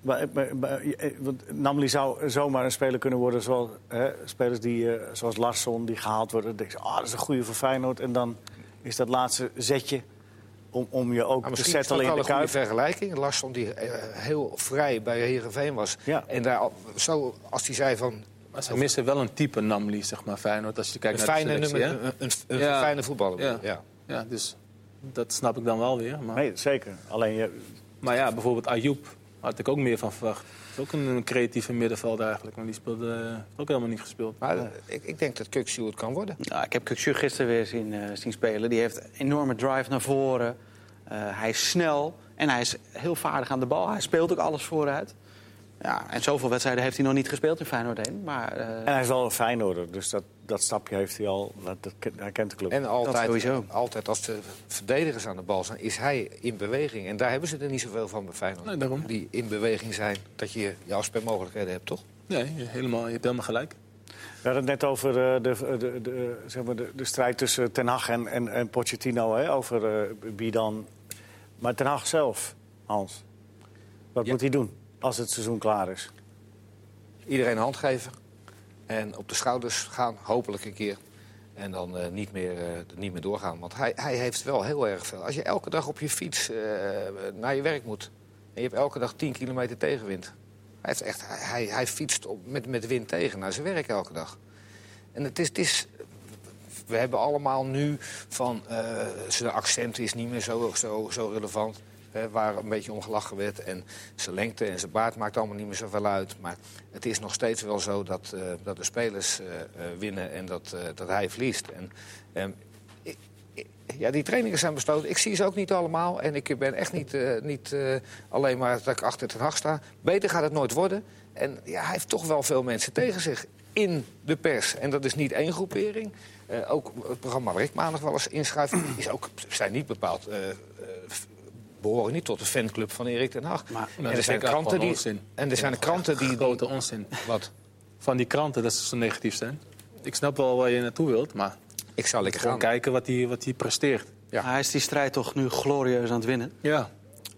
[SPEAKER 1] maar, maar- maar- eh, want Namli zou zomaar een speler kunnen worden zoals, hè, spelers die, eh, zoals Larsson die gehaald worden. Dan denk je, ah, dat is een goede voor Feyenoord. En dan is dat laatste zetje om, om je ook
[SPEAKER 4] Maar
[SPEAKER 1] te
[SPEAKER 4] misschien is dat
[SPEAKER 1] settelen
[SPEAKER 4] wel
[SPEAKER 1] in
[SPEAKER 4] een
[SPEAKER 1] de
[SPEAKER 4] goede
[SPEAKER 1] kuip.
[SPEAKER 4] vergelijking. Larsson die eh, heel vrij bij Heerenveen was.
[SPEAKER 1] Ja.
[SPEAKER 4] En daar, al- zo, als hij zei van
[SPEAKER 3] Maar ze missen wel een type Namli, zeg maar, Feyenoord. Als je
[SPEAKER 4] een
[SPEAKER 3] kijkt naar
[SPEAKER 4] fijne,
[SPEAKER 3] de
[SPEAKER 4] nummer,
[SPEAKER 3] selectie,
[SPEAKER 4] een, een, een
[SPEAKER 3] Ja.
[SPEAKER 4] fijne voetballer.
[SPEAKER 3] Ja.
[SPEAKER 4] Ja.
[SPEAKER 3] hè? Ja, dus dat snap ik dan wel weer. Maar,
[SPEAKER 1] Nee, zeker. Alleen je,
[SPEAKER 3] maar ja, bijvoorbeeld Ayoub had ik ook meer van verwacht. Dat is ook een, een creatieve middenvelder eigenlijk. Maar die speelde, eh, heeft ook helemaal niet gespeeld.
[SPEAKER 4] Maar eh, ik, ik denk dat Kukshoe het kan worden.
[SPEAKER 2] Nou, ik heb Kuksu gisteren weer zien, eh, zien spelen. Die heeft een enorme drive naar voren. Eh, hij is snel en hij is heel vaardig aan de bal. Hij speelt ook alles vooruit. Ja, en zoveel wedstrijden heeft hij nog niet gespeeld in Feyenoord heen. Maar eh,
[SPEAKER 1] en hij is wel een Feyenoorder, dus dat, dat stapje heeft hij al. Dat, dat, hij kent de club.
[SPEAKER 4] En
[SPEAKER 2] Dat
[SPEAKER 4] altijd,
[SPEAKER 2] sowieso.
[SPEAKER 4] altijd als de verdedigers aan de bal zijn, is hij in beweging. En daar hebben ze er niet zoveel van bij Feyenoord.
[SPEAKER 3] Nee, daarom.
[SPEAKER 4] Die in beweging zijn, dat je je afspeelmogelijkheden hebt, toch?
[SPEAKER 3] Nee, helemaal, je hebt helemaal gelijk.
[SPEAKER 1] We hadden het net over eh, de, de, de, zeg maar de, de strijd tussen Ten Hag en, en, en Pochettino. Hè? Over eh wie dan. Maar Ten Hag zelf, Hans. Wat
[SPEAKER 3] Ja.
[SPEAKER 1] moet hij doen als het seizoen klaar is?
[SPEAKER 4] Iedereen een hand geven. En op de schouders gaan, hopelijk een keer. En dan eh, niet, meer, eh, niet meer doorgaan. Want hij, hij heeft wel heel erg veel. Als je elke dag op je fiets eh, naar je werk moet... en je hebt elke dag 10 kilometer tegenwind... Hij, heeft echt, hij- hij, hij fietst op, met, met wind tegen naar zijn werk elke dag. En het is, het is we hebben allemaal nu van eh, zijn accent is niet meer zo, zo, zo relevant. Hè, waar een beetje om gelachen werd. En zijn lengte en zijn baard maakt allemaal niet meer zoveel uit. Maar het is nog steeds wel zo dat, eh, dat de spelers eh, eh, winnen en dat, eh, dat hij verliest. En, ehm, ik- ik- ja, die trainingen zijn besloten. Ik zie ze ook niet allemaal. En ik ben echt niet, eh, niet eh, alleen maar dat ik achter Ten Hag sta. Beter gaat het nooit worden. En ja, hij heeft toch wel veel mensen tegen zich in de pers. En dat is niet één groepering. Eh, ook het programma waar ik maandag wel eens inschrijf... Is ook, zijn niet bepaald... eh, eh, f- behoren niet tot de fanclub van Erik ten Hag.
[SPEAKER 2] Maar-
[SPEAKER 4] en er zijn
[SPEAKER 3] vind ik
[SPEAKER 4] kranten
[SPEAKER 3] gewoon
[SPEAKER 4] die...
[SPEAKER 3] onzin.
[SPEAKER 4] En er zijn kranten die...
[SPEAKER 3] Grote onzin.
[SPEAKER 4] Wat?
[SPEAKER 3] Van die kranten, dat ze zo negatief zijn. Ik snap wel waar je naartoe wilt, maar
[SPEAKER 4] Ik zou lekker
[SPEAKER 3] gewoon
[SPEAKER 4] gaan.
[SPEAKER 3] kijken wat hij wat die presteert.
[SPEAKER 4] Ja.
[SPEAKER 2] hij is die strijd toch nu glorieus aan het winnen.
[SPEAKER 3] Ja,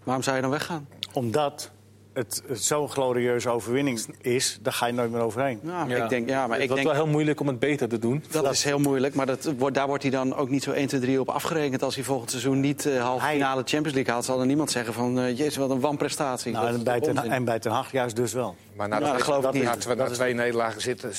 [SPEAKER 2] Waarom zou je dan weggaan?
[SPEAKER 1] Omdat het, het zo'n glorieuze overwinning is, daar ga je nooit meer overheen.
[SPEAKER 2] Nou, Ik denk, ja, maar
[SPEAKER 3] het
[SPEAKER 2] ik
[SPEAKER 3] wordt
[SPEAKER 2] denk,
[SPEAKER 3] wel heel moeilijk om het beter te doen.
[SPEAKER 2] dat is heel moeilijk. Maar dat, wordt- daar wordt hij dan ook niet zo 1, 2, 3 op afgerekend. Als hij volgend seizoen niet eh halve
[SPEAKER 1] Hij-
[SPEAKER 2] finale Champions League haalt... zal er niemand zeggen van, eh, jezus, wat een wanprestatie.
[SPEAKER 1] Nou,
[SPEAKER 2] Dat
[SPEAKER 1] en,
[SPEAKER 2] is
[SPEAKER 1] bij
[SPEAKER 2] toch
[SPEAKER 1] ten,
[SPEAKER 2] onzin?
[SPEAKER 1] en bij Ten Hag juist dus wel.
[SPEAKER 4] Maar na,
[SPEAKER 2] Nou, dat
[SPEAKER 4] twee,
[SPEAKER 2] geloof ik
[SPEAKER 4] dat-
[SPEAKER 2] niet.
[SPEAKER 4] na twee- na twee nederlagen zitten, eh,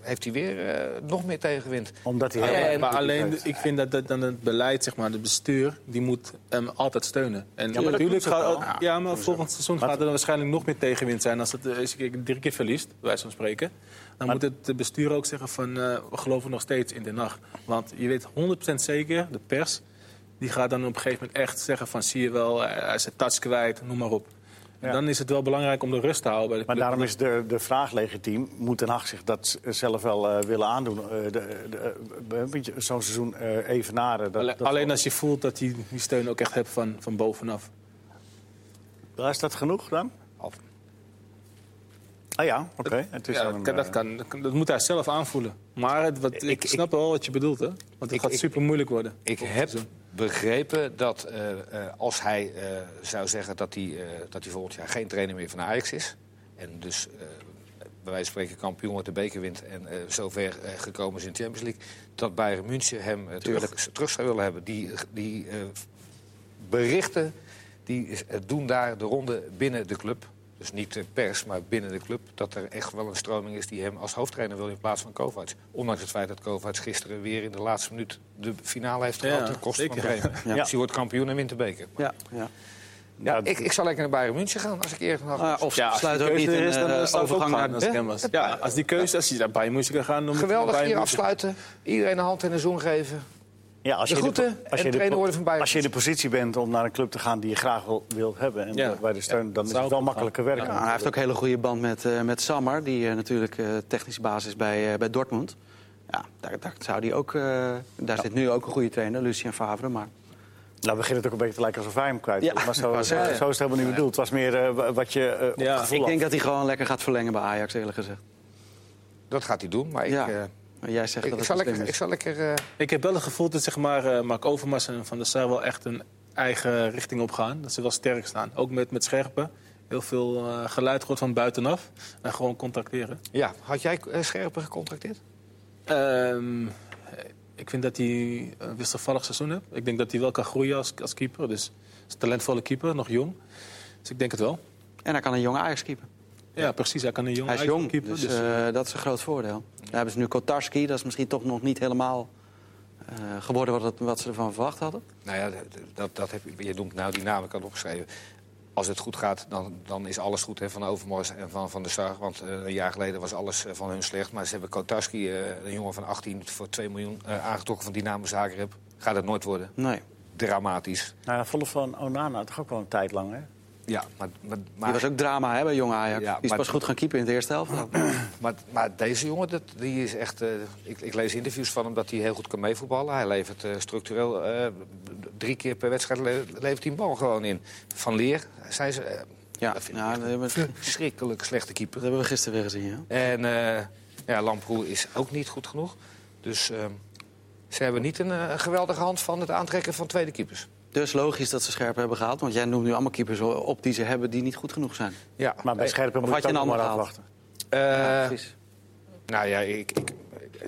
[SPEAKER 4] heeft hij weer eh, nog meer tegenwind.
[SPEAKER 1] Omdat hij
[SPEAKER 2] Ah,
[SPEAKER 4] Ja,
[SPEAKER 1] heel
[SPEAKER 4] ja,
[SPEAKER 1] erg-
[SPEAKER 4] ja.
[SPEAKER 3] maar alleen, de- ik vind dat, dat dan het beleid, zeg maar, het bestuur, die moet hem altijd steunen. En
[SPEAKER 1] dat
[SPEAKER 3] natuurlijk
[SPEAKER 1] doen ze ook
[SPEAKER 3] gaat,
[SPEAKER 1] wel.
[SPEAKER 3] ja, maar volgend seizoen gaat er dan waarschijnlijk nog meer tegenwind zijn als het eh, als je drie keer verliest, bij wijze van spreken. Dan moet het bestuur ook zeggen van, eh, we geloven nog steeds in de nacht. Want je weet 100% zeker, de pers, die gaat dan op een gegeven moment echt zeggen van, zie je wel, eh, hij is zijn touch kwijt, noem maar op. En
[SPEAKER 1] Ja.
[SPEAKER 3] dan is het wel belangrijk om de rust te houden bij de
[SPEAKER 1] Maar
[SPEAKER 3] club.
[SPEAKER 1] daarom is de, de vraag legitiem. Moet Ten Hag zich dat z- zelf wel eh, willen aandoen? Eh, de- de- eh, een beetje zo'n seizoen eh, evenaren. Dat,
[SPEAKER 3] Alleen-
[SPEAKER 1] dat-
[SPEAKER 3] Alleen als je voelt dat hij die steun ook echt hebt van, van bovenaf.
[SPEAKER 1] Is dat genoeg dan?
[SPEAKER 4] Of-
[SPEAKER 1] Ah ja, oké. Het is
[SPEAKER 3] Ja,
[SPEAKER 1] dan
[SPEAKER 3] dat,
[SPEAKER 1] een,
[SPEAKER 3] kan, dat,
[SPEAKER 1] eh,
[SPEAKER 3] kan, dat kan- dat moet hij zelf aanvoelen. Maar het, wat, ik,
[SPEAKER 4] Ik- ik-
[SPEAKER 3] snap wel wat je bedoelt, hè? Want het
[SPEAKER 4] Ik-
[SPEAKER 3] gaat
[SPEAKER 4] ik-
[SPEAKER 3] super moeilijk worden.
[SPEAKER 4] Ik heb begrepen dat eh, eh, als hij eh, zou zeggen dat hij, eh, dat hij volgend jaar geen trainer meer van Ajax is... en dus eh, bij wijze van spreken kampioen met de beker wint... en eh zover eh, gekomen is in de Champions League... dat Bayern München hem eh, terug, terug zou willen hebben. Die, die eh, berichten die eh, doen daar de ronde binnen de club. Dus niet de pers, maar binnen de club. Dat er echt wel een stroming is die hem als hoofdtrainer wil in plaats van Kovacs. Ondanks het feit dat Kovacs gisteren weer in de laatste minuut... de finale heeft
[SPEAKER 3] Ja,
[SPEAKER 4] gehad ten koste van
[SPEAKER 3] zeker.
[SPEAKER 4] Bremen.
[SPEAKER 2] Ja.
[SPEAKER 4] Dus die wordt kampioen en wint de beker.
[SPEAKER 2] Ja, ja.
[SPEAKER 4] Ja, ik, ik zou lekker naar Bayern München gaan als ik eerder had.
[SPEAKER 2] Ah, of
[SPEAKER 3] Ja, als
[SPEAKER 2] sluit
[SPEAKER 3] die
[SPEAKER 2] ook niet
[SPEAKER 3] keuze
[SPEAKER 2] een
[SPEAKER 3] er is, dan eh,
[SPEAKER 2] eh,
[SPEAKER 3] zou ik ook
[SPEAKER 2] overgang
[SPEAKER 3] gaan
[SPEAKER 2] naar...
[SPEAKER 3] als ik hem was. Ja, als die keuze, als je daarbij moest ik gaan... Dan moet je
[SPEAKER 4] Geweldig
[SPEAKER 3] daarbij
[SPEAKER 4] hier
[SPEAKER 3] moeten.
[SPEAKER 4] afsluiten. Iedereen een hand en een zoen geven.
[SPEAKER 1] Ja, als
[SPEAKER 4] De
[SPEAKER 1] je in
[SPEAKER 4] groeten
[SPEAKER 1] als
[SPEAKER 4] en
[SPEAKER 1] je in
[SPEAKER 4] trainer worden van Bayern.
[SPEAKER 1] Als je in de positie bent om naar een club te gaan die je graag wil, wil hebben... en
[SPEAKER 3] Ja.
[SPEAKER 1] bij de steun,
[SPEAKER 3] Ja,
[SPEAKER 1] dan is
[SPEAKER 3] zou
[SPEAKER 1] het
[SPEAKER 3] ik
[SPEAKER 1] wel
[SPEAKER 3] ook
[SPEAKER 1] makkelijker werken.
[SPEAKER 2] Ja, hij heeft ook een hele goede band met, eh, met Sammer, die eh, natuurlijk eh technische basis is bij, eh, bij Dortmund. Ja, daar, daar, zou die ook, eh, daar zit nu ook een goede trainer, Lucien Favre. Maar
[SPEAKER 1] Nou begint het ook een beetje te lijken alsof wij hem kwijt
[SPEAKER 2] Ja,
[SPEAKER 1] willen. Maar zo,
[SPEAKER 2] ik wou
[SPEAKER 1] zo,
[SPEAKER 2] zeggen.
[SPEAKER 1] zo is het helemaal niet bedoeld. Het was meer eh, wa- wat je eh op
[SPEAKER 3] Ja,
[SPEAKER 1] het gevoel
[SPEAKER 2] ik denk
[SPEAKER 1] had.
[SPEAKER 2] dat hij gewoon lekker gaat verlengen bij Ajax, eerlijk gezegd.
[SPEAKER 4] Dat gaat hij doen, maar ik,
[SPEAKER 2] ja.
[SPEAKER 4] eh,
[SPEAKER 2] Maar jij zegt
[SPEAKER 4] ik,
[SPEAKER 2] dat
[SPEAKER 4] ik
[SPEAKER 2] het
[SPEAKER 4] zou
[SPEAKER 2] slim
[SPEAKER 4] lekker...
[SPEAKER 2] is.
[SPEAKER 4] Ik zou lekker eh,
[SPEAKER 3] Ik heb wel het gevoel dat zeg maar, eh, Mark Overmars en Van der Sar wel echt een eigen richting op gaan. Dat ze wel sterk staan. Ook met, met scherpen. Heel veel eh, geluid wordt van buitenaf. En gewoon contacteren.
[SPEAKER 4] ja, had jij eh, Scherpen gecontracteerd?
[SPEAKER 3] Ehm, ik vind dat hij een wisselvallig seizoen heeft. Ik denk dat hij wel kan groeien als, als keeper. Dus is een talentvolle keeper, nog jong. Dus ik denk het wel.
[SPEAKER 2] En hij kan een jonge Ajax keeper.
[SPEAKER 3] Ja, precies. Hij kan een jong
[SPEAKER 2] Hij is
[SPEAKER 3] Ajax
[SPEAKER 2] jong,
[SPEAKER 3] keeper,
[SPEAKER 2] dus
[SPEAKER 3] dus-
[SPEAKER 2] eh, dat is een groot voordeel. Daar hebben ze nu Kotarski, dat is misschien toch nog niet helemaal eh, geworden wat, het- wat ze ervan verwacht hadden.
[SPEAKER 4] Nou ja, dat, dat heb, je- je noemt nou die naam, ik had opgeschreven. Als het goed gaat, dan, dan is alles goed hè, van Overmars en van Van der Sar. Want eh, een jaar geleden was alles eh, van hun slecht. Maar ze hebben Kotarski, eh, een jongen van 18, voor 2 miljoen eh, aangetrokken van Dynamo Zagreb. Gaat het nooit worden.
[SPEAKER 2] Nee,
[SPEAKER 4] Dramatisch.
[SPEAKER 1] Nou, volle van Onana, toch ook wel een tijd lang, hè?
[SPEAKER 4] Ja, maar, maar,
[SPEAKER 2] die
[SPEAKER 4] maar,
[SPEAKER 2] was ook drama hè, bij jonge Ajax.
[SPEAKER 4] Ja,
[SPEAKER 2] die is
[SPEAKER 4] maar-
[SPEAKER 2] pas goed gaan keeper in de eerste helft.
[SPEAKER 4] maar, maar deze jongen, dat, die is echt... eh, ik, ik lees interviews van hem dat hij heel goed kan meevoetballen. Hij levert eh, structureel eh, drie keer per wedstrijd le- levert hij een bal gewoon in. Van Leer zijn ze... eh,
[SPEAKER 2] Ja,
[SPEAKER 4] dat vind ik
[SPEAKER 2] ja,
[SPEAKER 4] echt
[SPEAKER 2] dat hebben we-
[SPEAKER 4] verschrikkelijk slechte keeper.
[SPEAKER 2] dat hebben we gisteren weer gezien. Ja.
[SPEAKER 4] En eh ja, Lamproe is ook niet goed genoeg. Dus ehm, ze hebben niet een, eh, geweldige hand van het aantrekken van tweede keepers.
[SPEAKER 2] Dus logisch dat ze scherp hebben gehaald. Want jij noemt nu allemaal keepers op die ze hebben die niet goed genoeg zijn.
[SPEAKER 4] Ja,
[SPEAKER 1] Maar bij Scherpen moet
[SPEAKER 2] had
[SPEAKER 1] je
[SPEAKER 2] je
[SPEAKER 1] het ook
[SPEAKER 2] een
[SPEAKER 1] nog maar
[SPEAKER 2] ander
[SPEAKER 1] afwachten.
[SPEAKER 4] Eh,
[SPEAKER 2] precies.
[SPEAKER 4] nou ja, ik, ik,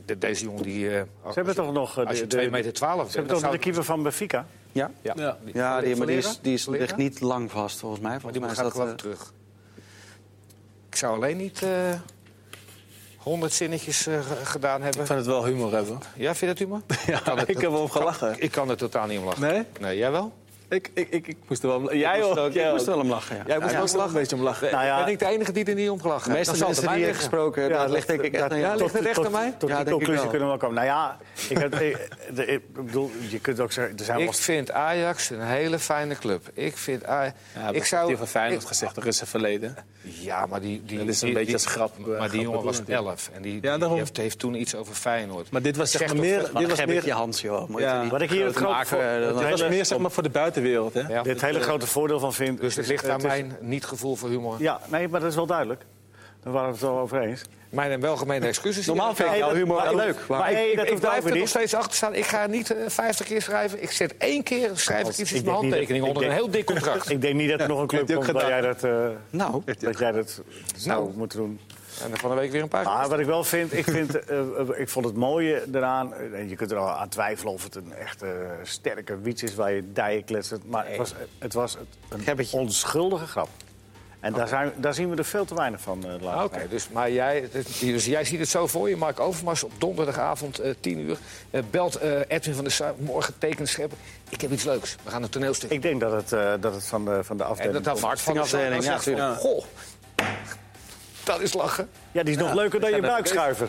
[SPEAKER 4] de- deze jongen die... eh,
[SPEAKER 1] Ze hebben toch nog... eh,
[SPEAKER 4] Als je
[SPEAKER 1] de-
[SPEAKER 4] 2
[SPEAKER 1] de-
[SPEAKER 4] meter 12
[SPEAKER 1] Ze hebben toch nog de keeper van Benfica?
[SPEAKER 2] Ja,
[SPEAKER 4] Ja,
[SPEAKER 3] Ja.
[SPEAKER 2] ja die, maar die, is,
[SPEAKER 4] Verleren?
[SPEAKER 2] die is, ligt
[SPEAKER 4] Verleren?
[SPEAKER 2] niet lang vast volgens mij.
[SPEAKER 4] Maar
[SPEAKER 2] Volgens
[SPEAKER 4] die
[SPEAKER 2] mij
[SPEAKER 4] moet
[SPEAKER 2] is
[SPEAKER 4] gaat
[SPEAKER 2] dat,
[SPEAKER 4] geloof
[SPEAKER 2] eh,
[SPEAKER 4] ik terug. Ik zou alleen niet eh, honderd zinnetjes eh, g- gedaan hebben.
[SPEAKER 3] Ik vind het wel humor hebben.
[SPEAKER 4] Ja, vind je dat, Uma?
[SPEAKER 3] Ja, ik heb wel om gelachen.
[SPEAKER 4] Ik kan er totaal niet om lachen.
[SPEAKER 3] Nee?
[SPEAKER 4] Nee, jij wel?
[SPEAKER 3] Ik, ik, ik, ik moest er wel om lachen. Jij
[SPEAKER 2] ik moest,
[SPEAKER 3] ook.
[SPEAKER 2] ook-
[SPEAKER 3] jij
[SPEAKER 2] ik moest
[SPEAKER 3] ook.
[SPEAKER 2] wel om lachen. Ja.
[SPEAKER 3] Jij moest
[SPEAKER 2] Ja,
[SPEAKER 3] ook wel een beetje om lachen.
[SPEAKER 1] Nou ja,
[SPEAKER 4] Ben ik de enige die er niet om gelachen
[SPEAKER 2] de
[SPEAKER 4] heeft?
[SPEAKER 2] meeste
[SPEAKER 4] Dan zal het
[SPEAKER 2] mensen
[SPEAKER 4] aan
[SPEAKER 2] die
[SPEAKER 4] mij
[SPEAKER 2] je
[SPEAKER 4] liggen.
[SPEAKER 2] gesproken,
[SPEAKER 1] Ja,
[SPEAKER 2] daar
[SPEAKER 1] dat-
[SPEAKER 2] ligt denk ik
[SPEAKER 1] dat-
[SPEAKER 2] echt aan
[SPEAKER 4] ja,
[SPEAKER 2] jou.
[SPEAKER 4] ligt het echt
[SPEAKER 1] tot-
[SPEAKER 4] aan mij?
[SPEAKER 1] Tot
[SPEAKER 2] Ja,
[SPEAKER 1] die
[SPEAKER 2] denk ik
[SPEAKER 1] conclusie
[SPEAKER 2] wel.
[SPEAKER 1] kunnen we wel komen. Nou ja, ik, heb- ik, de- ik bedoel, je kunt ook zeggen... Er zijn wel
[SPEAKER 4] Ik vind Ajax een hele fijne club. Ik vind Aj-
[SPEAKER 3] Ja,
[SPEAKER 4] ik
[SPEAKER 3] ik
[SPEAKER 4] zou
[SPEAKER 3] Die van Feyenoord
[SPEAKER 4] ik-
[SPEAKER 3] gezegd, er is een verleden.
[SPEAKER 4] Ja, maar die, die
[SPEAKER 3] Dat is een
[SPEAKER 4] die-
[SPEAKER 3] beetje
[SPEAKER 4] die-
[SPEAKER 3] als grap, eh,
[SPEAKER 4] Maar die
[SPEAKER 3] grap
[SPEAKER 4] jongen was
[SPEAKER 3] bedoeld.
[SPEAKER 4] 11 en die,
[SPEAKER 3] Ja,
[SPEAKER 4] die
[SPEAKER 3] daarom.
[SPEAKER 4] heeft, heeft toen iets over Feyenoord.
[SPEAKER 3] Maar dit was zeg
[SPEAKER 4] Zegt
[SPEAKER 3] maar
[SPEAKER 4] toch
[SPEAKER 3] meer...
[SPEAKER 4] echt
[SPEAKER 2] Maar
[SPEAKER 3] Dit
[SPEAKER 2] dan
[SPEAKER 3] was
[SPEAKER 2] heb ik je
[SPEAKER 3] meer,
[SPEAKER 2] Hans, joh. Moet je
[SPEAKER 3] Ja.
[SPEAKER 2] niet-
[SPEAKER 1] Wat ik hier het
[SPEAKER 2] groot
[SPEAKER 1] groot
[SPEAKER 2] maken,
[SPEAKER 1] voor-
[SPEAKER 2] eh,
[SPEAKER 1] het
[SPEAKER 2] dat-
[SPEAKER 3] dit was
[SPEAKER 1] hele-
[SPEAKER 3] meer zeg maar, voor de buitenwereld. Hè?
[SPEAKER 4] Ja,
[SPEAKER 1] dit hele grote voordeel van vind...
[SPEAKER 4] Dus het ligt aan
[SPEAKER 1] het is-
[SPEAKER 4] mijn niet-gevoel voor humor.
[SPEAKER 1] Ja, nee, maar dat is wel duidelijk. Daar waren we het wel over eens.
[SPEAKER 4] Mijn welgemeende excuses.
[SPEAKER 2] Normaal vind ik jouw humor wel
[SPEAKER 1] maar-
[SPEAKER 2] leuk.
[SPEAKER 1] maar-
[SPEAKER 2] Maar
[SPEAKER 1] Nee,
[SPEAKER 4] ik,
[SPEAKER 1] dat
[SPEAKER 4] ik
[SPEAKER 1] hoeft
[SPEAKER 4] blijf
[SPEAKER 1] ook
[SPEAKER 4] er
[SPEAKER 1] weer
[SPEAKER 4] nog
[SPEAKER 1] niet.
[SPEAKER 4] steeds achter staan. Ik ga niet eh, vijftig keer schrijven. Ik zet één keer, schrijf ik iets
[SPEAKER 1] Ik
[SPEAKER 4] in mijn
[SPEAKER 1] denk niet
[SPEAKER 4] handtekening
[SPEAKER 1] dat-
[SPEAKER 4] onder
[SPEAKER 1] ik
[SPEAKER 4] een
[SPEAKER 1] denk-
[SPEAKER 4] heel dik contract.
[SPEAKER 1] Ik denk niet dat er nog een club
[SPEAKER 3] Heeft hij ook
[SPEAKER 1] komt dat jij
[SPEAKER 3] gedaan.
[SPEAKER 1] dat, eh,
[SPEAKER 2] Nou,
[SPEAKER 1] dat, jij dat zou moeten doen.
[SPEAKER 4] en dan van de week weer een paar
[SPEAKER 1] Maar wat ik wel vind, ik, vind, eh, eh, ik vond het mooie eraan... eh, je kunt er al aan twijfelen of het een echte eh, sterke wiets is waar je dijen kletst. Maar het was, het was een
[SPEAKER 2] Gebbetje.
[SPEAKER 1] onschuldige grap. En daar, zijn, daar zien we er veel te weinig van eh, de
[SPEAKER 4] Ah,
[SPEAKER 1] laatste
[SPEAKER 4] Oh. Oké, dus, maar jij, dus, dus jij ziet het zo voor je. Mark Overmars op donderdagavond, eh 10 uur, eh, belt eh, Edwin van der Sar. Morgen tekent scheppen. Ik heb iets leuks. We gaan een toneelstuk.
[SPEAKER 1] Ik denk dat het, eh, dat het van, de, van de
[SPEAKER 4] en
[SPEAKER 1] afdeling
[SPEAKER 4] dat had
[SPEAKER 1] komt.
[SPEAKER 4] Mark van der Sar
[SPEAKER 2] marketingafdeling,
[SPEAKER 4] dan
[SPEAKER 2] ja,
[SPEAKER 4] zegt van, Goh, dat is lachen.
[SPEAKER 1] Ja, die is nog leuker dan je buikschuiver.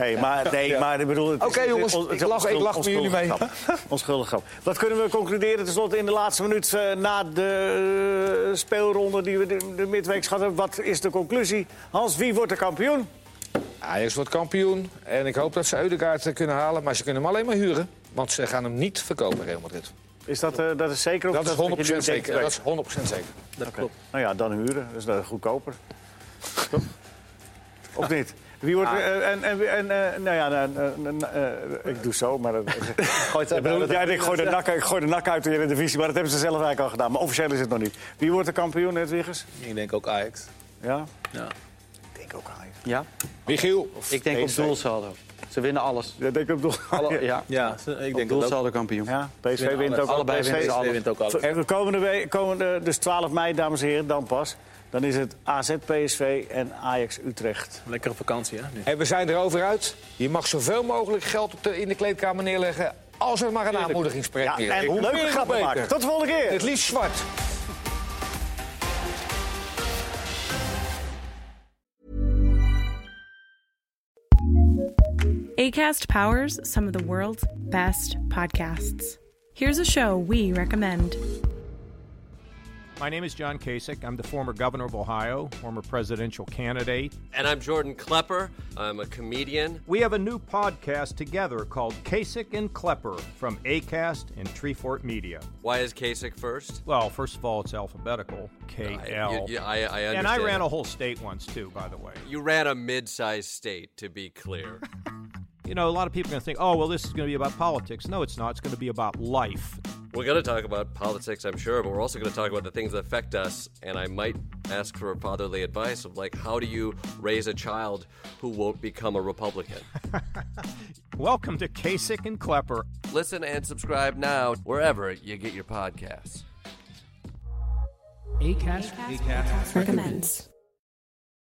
[SPEAKER 1] Nee, maar, nee, maar ik bedoel... het is-
[SPEAKER 4] Oké,
[SPEAKER 1] het is
[SPEAKER 4] jongens,
[SPEAKER 1] on- het is
[SPEAKER 4] ik lach- ik
[SPEAKER 1] onschuldig-
[SPEAKER 4] lach met jullie mee.
[SPEAKER 1] onschuldig grap. Onschuldig grap. Wat kunnen we concluderen tenslotte in de laatste minuut... eh, na de eh, speelronde die we de, de midweek gehad hebben? Wat is de conclusie? Hans, wie wordt de kampioen?
[SPEAKER 4] Ajax wordt kampioen. En ik hoop dat ze Eudegaard eh, kunnen halen. Maar ze kunnen hem alleen maar huren. Want ze gaan hem niet verkopen, Real Madrid.
[SPEAKER 1] Is dat, eh, dat is zeker? of
[SPEAKER 4] Dat is
[SPEAKER 1] wat je
[SPEAKER 4] 100%
[SPEAKER 1] nu denkt?
[SPEAKER 4] zeker. Dat is 100% zeker.
[SPEAKER 3] Dat klopt.
[SPEAKER 1] Nou ja, dan huren. Dat is eh, goedkoper. Toch? of niet? Wie
[SPEAKER 4] Ah.
[SPEAKER 1] wordt... eh, en, en, en, eh, nou ja, nou, nou, nou, eh, ik doe zo, maar... dat-
[SPEAKER 3] Gooit
[SPEAKER 1] Ik bedoel, ja, ik gooi de nak, ik gooi de nak uit in de divisie, maar dat hebben ze zelf eigenlijk al gedaan. Maar officieel is het nog niet. Wie wordt de kampioen, Hedwiggers?
[SPEAKER 3] Ik denk ook Ajax.
[SPEAKER 1] Ja?
[SPEAKER 3] Ja.
[SPEAKER 1] ik ook Ajax.
[SPEAKER 2] Ja?
[SPEAKER 4] Michiel,
[SPEAKER 2] Ik denk op
[SPEAKER 1] PSV.
[SPEAKER 2] doelsaldo. Ze winnen alles.
[SPEAKER 1] Dat denk ik toch.
[SPEAKER 2] Alle, ja.
[SPEAKER 3] Ja, ze- ik
[SPEAKER 2] Ik
[SPEAKER 3] denk dat ook.
[SPEAKER 2] doelsaldo kampioen.
[SPEAKER 1] Ja, PSV wint
[SPEAKER 3] alles.
[SPEAKER 1] ook al.
[SPEAKER 2] Allebei
[SPEAKER 1] PSV
[SPEAKER 2] winnen ze
[SPEAKER 3] Ze wint ook alles.
[SPEAKER 1] En de komende week, komende, dus 12 mei, dames en heren, dan pas. Dan is het AZ PSV en Ajax Utrecht.
[SPEAKER 3] Lekkere vakantie, hè? Nu.
[SPEAKER 4] en we zijn erover uit. Je mag zoveel mogelijk geld op de, in de kleedkamer neerleggen... als er maar een aanmoedigingsproject
[SPEAKER 1] Ja,
[SPEAKER 4] is.
[SPEAKER 1] en
[SPEAKER 4] Hoe meer,
[SPEAKER 1] leuke
[SPEAKER 4] hoe
[SPEAKER 1] grappen
[SPEAKER 4] beter.
[SPEAKER 1] maken. Tot de volgende keer.
[SPEAKER 4] Het liefst zwart.
[SPEAKER 5] ACAST powers some of the world's best podcasts. Here's a show we recommend.
[SPEAKER 6] My name is John Kasich. I'm the former governor of Ohio, former presidential candidate.
[SPEAKER 7] And I'm Jordan Klepper. I'm a comedian.
[SPEAKER 6] We have a new podcast together called Kasich and Klepper from ACAST and Treefort Media.
[SPEAKER 7] Why is Kasich first?
[SPEAKER 6] Well, first of all, it's alphabetical K L.
[SPEAKER 7] You- you- I- I
[SPEAKER 6] and I
[SPEAKER 7] understand
[SPEAKER 6] ran
[SPEAKER 7] that.
[SPEAKER 6] a whole state once, too, by the way.
[SPEAKER 7] You ran a mid-sized state, to be clear.
[SPEAKER 6] You know, a lot of people are going to think, oh, well, this is going to be about politics. No, it's not. It's going to be about life.
[SPEAKER 7] We're going to talk about politics, I'm sure, but we're also going to talk about the things that affect us. And I might ask for fatherly advice of like, how do you raise a child who won't become a Republican?
[SPEAKER 6] Welcome to Kasich and Klepper.
[SPEAKER 7] Listen and subscribe now wherever you get your podcasts.
[SPEAKER 5] Recommends.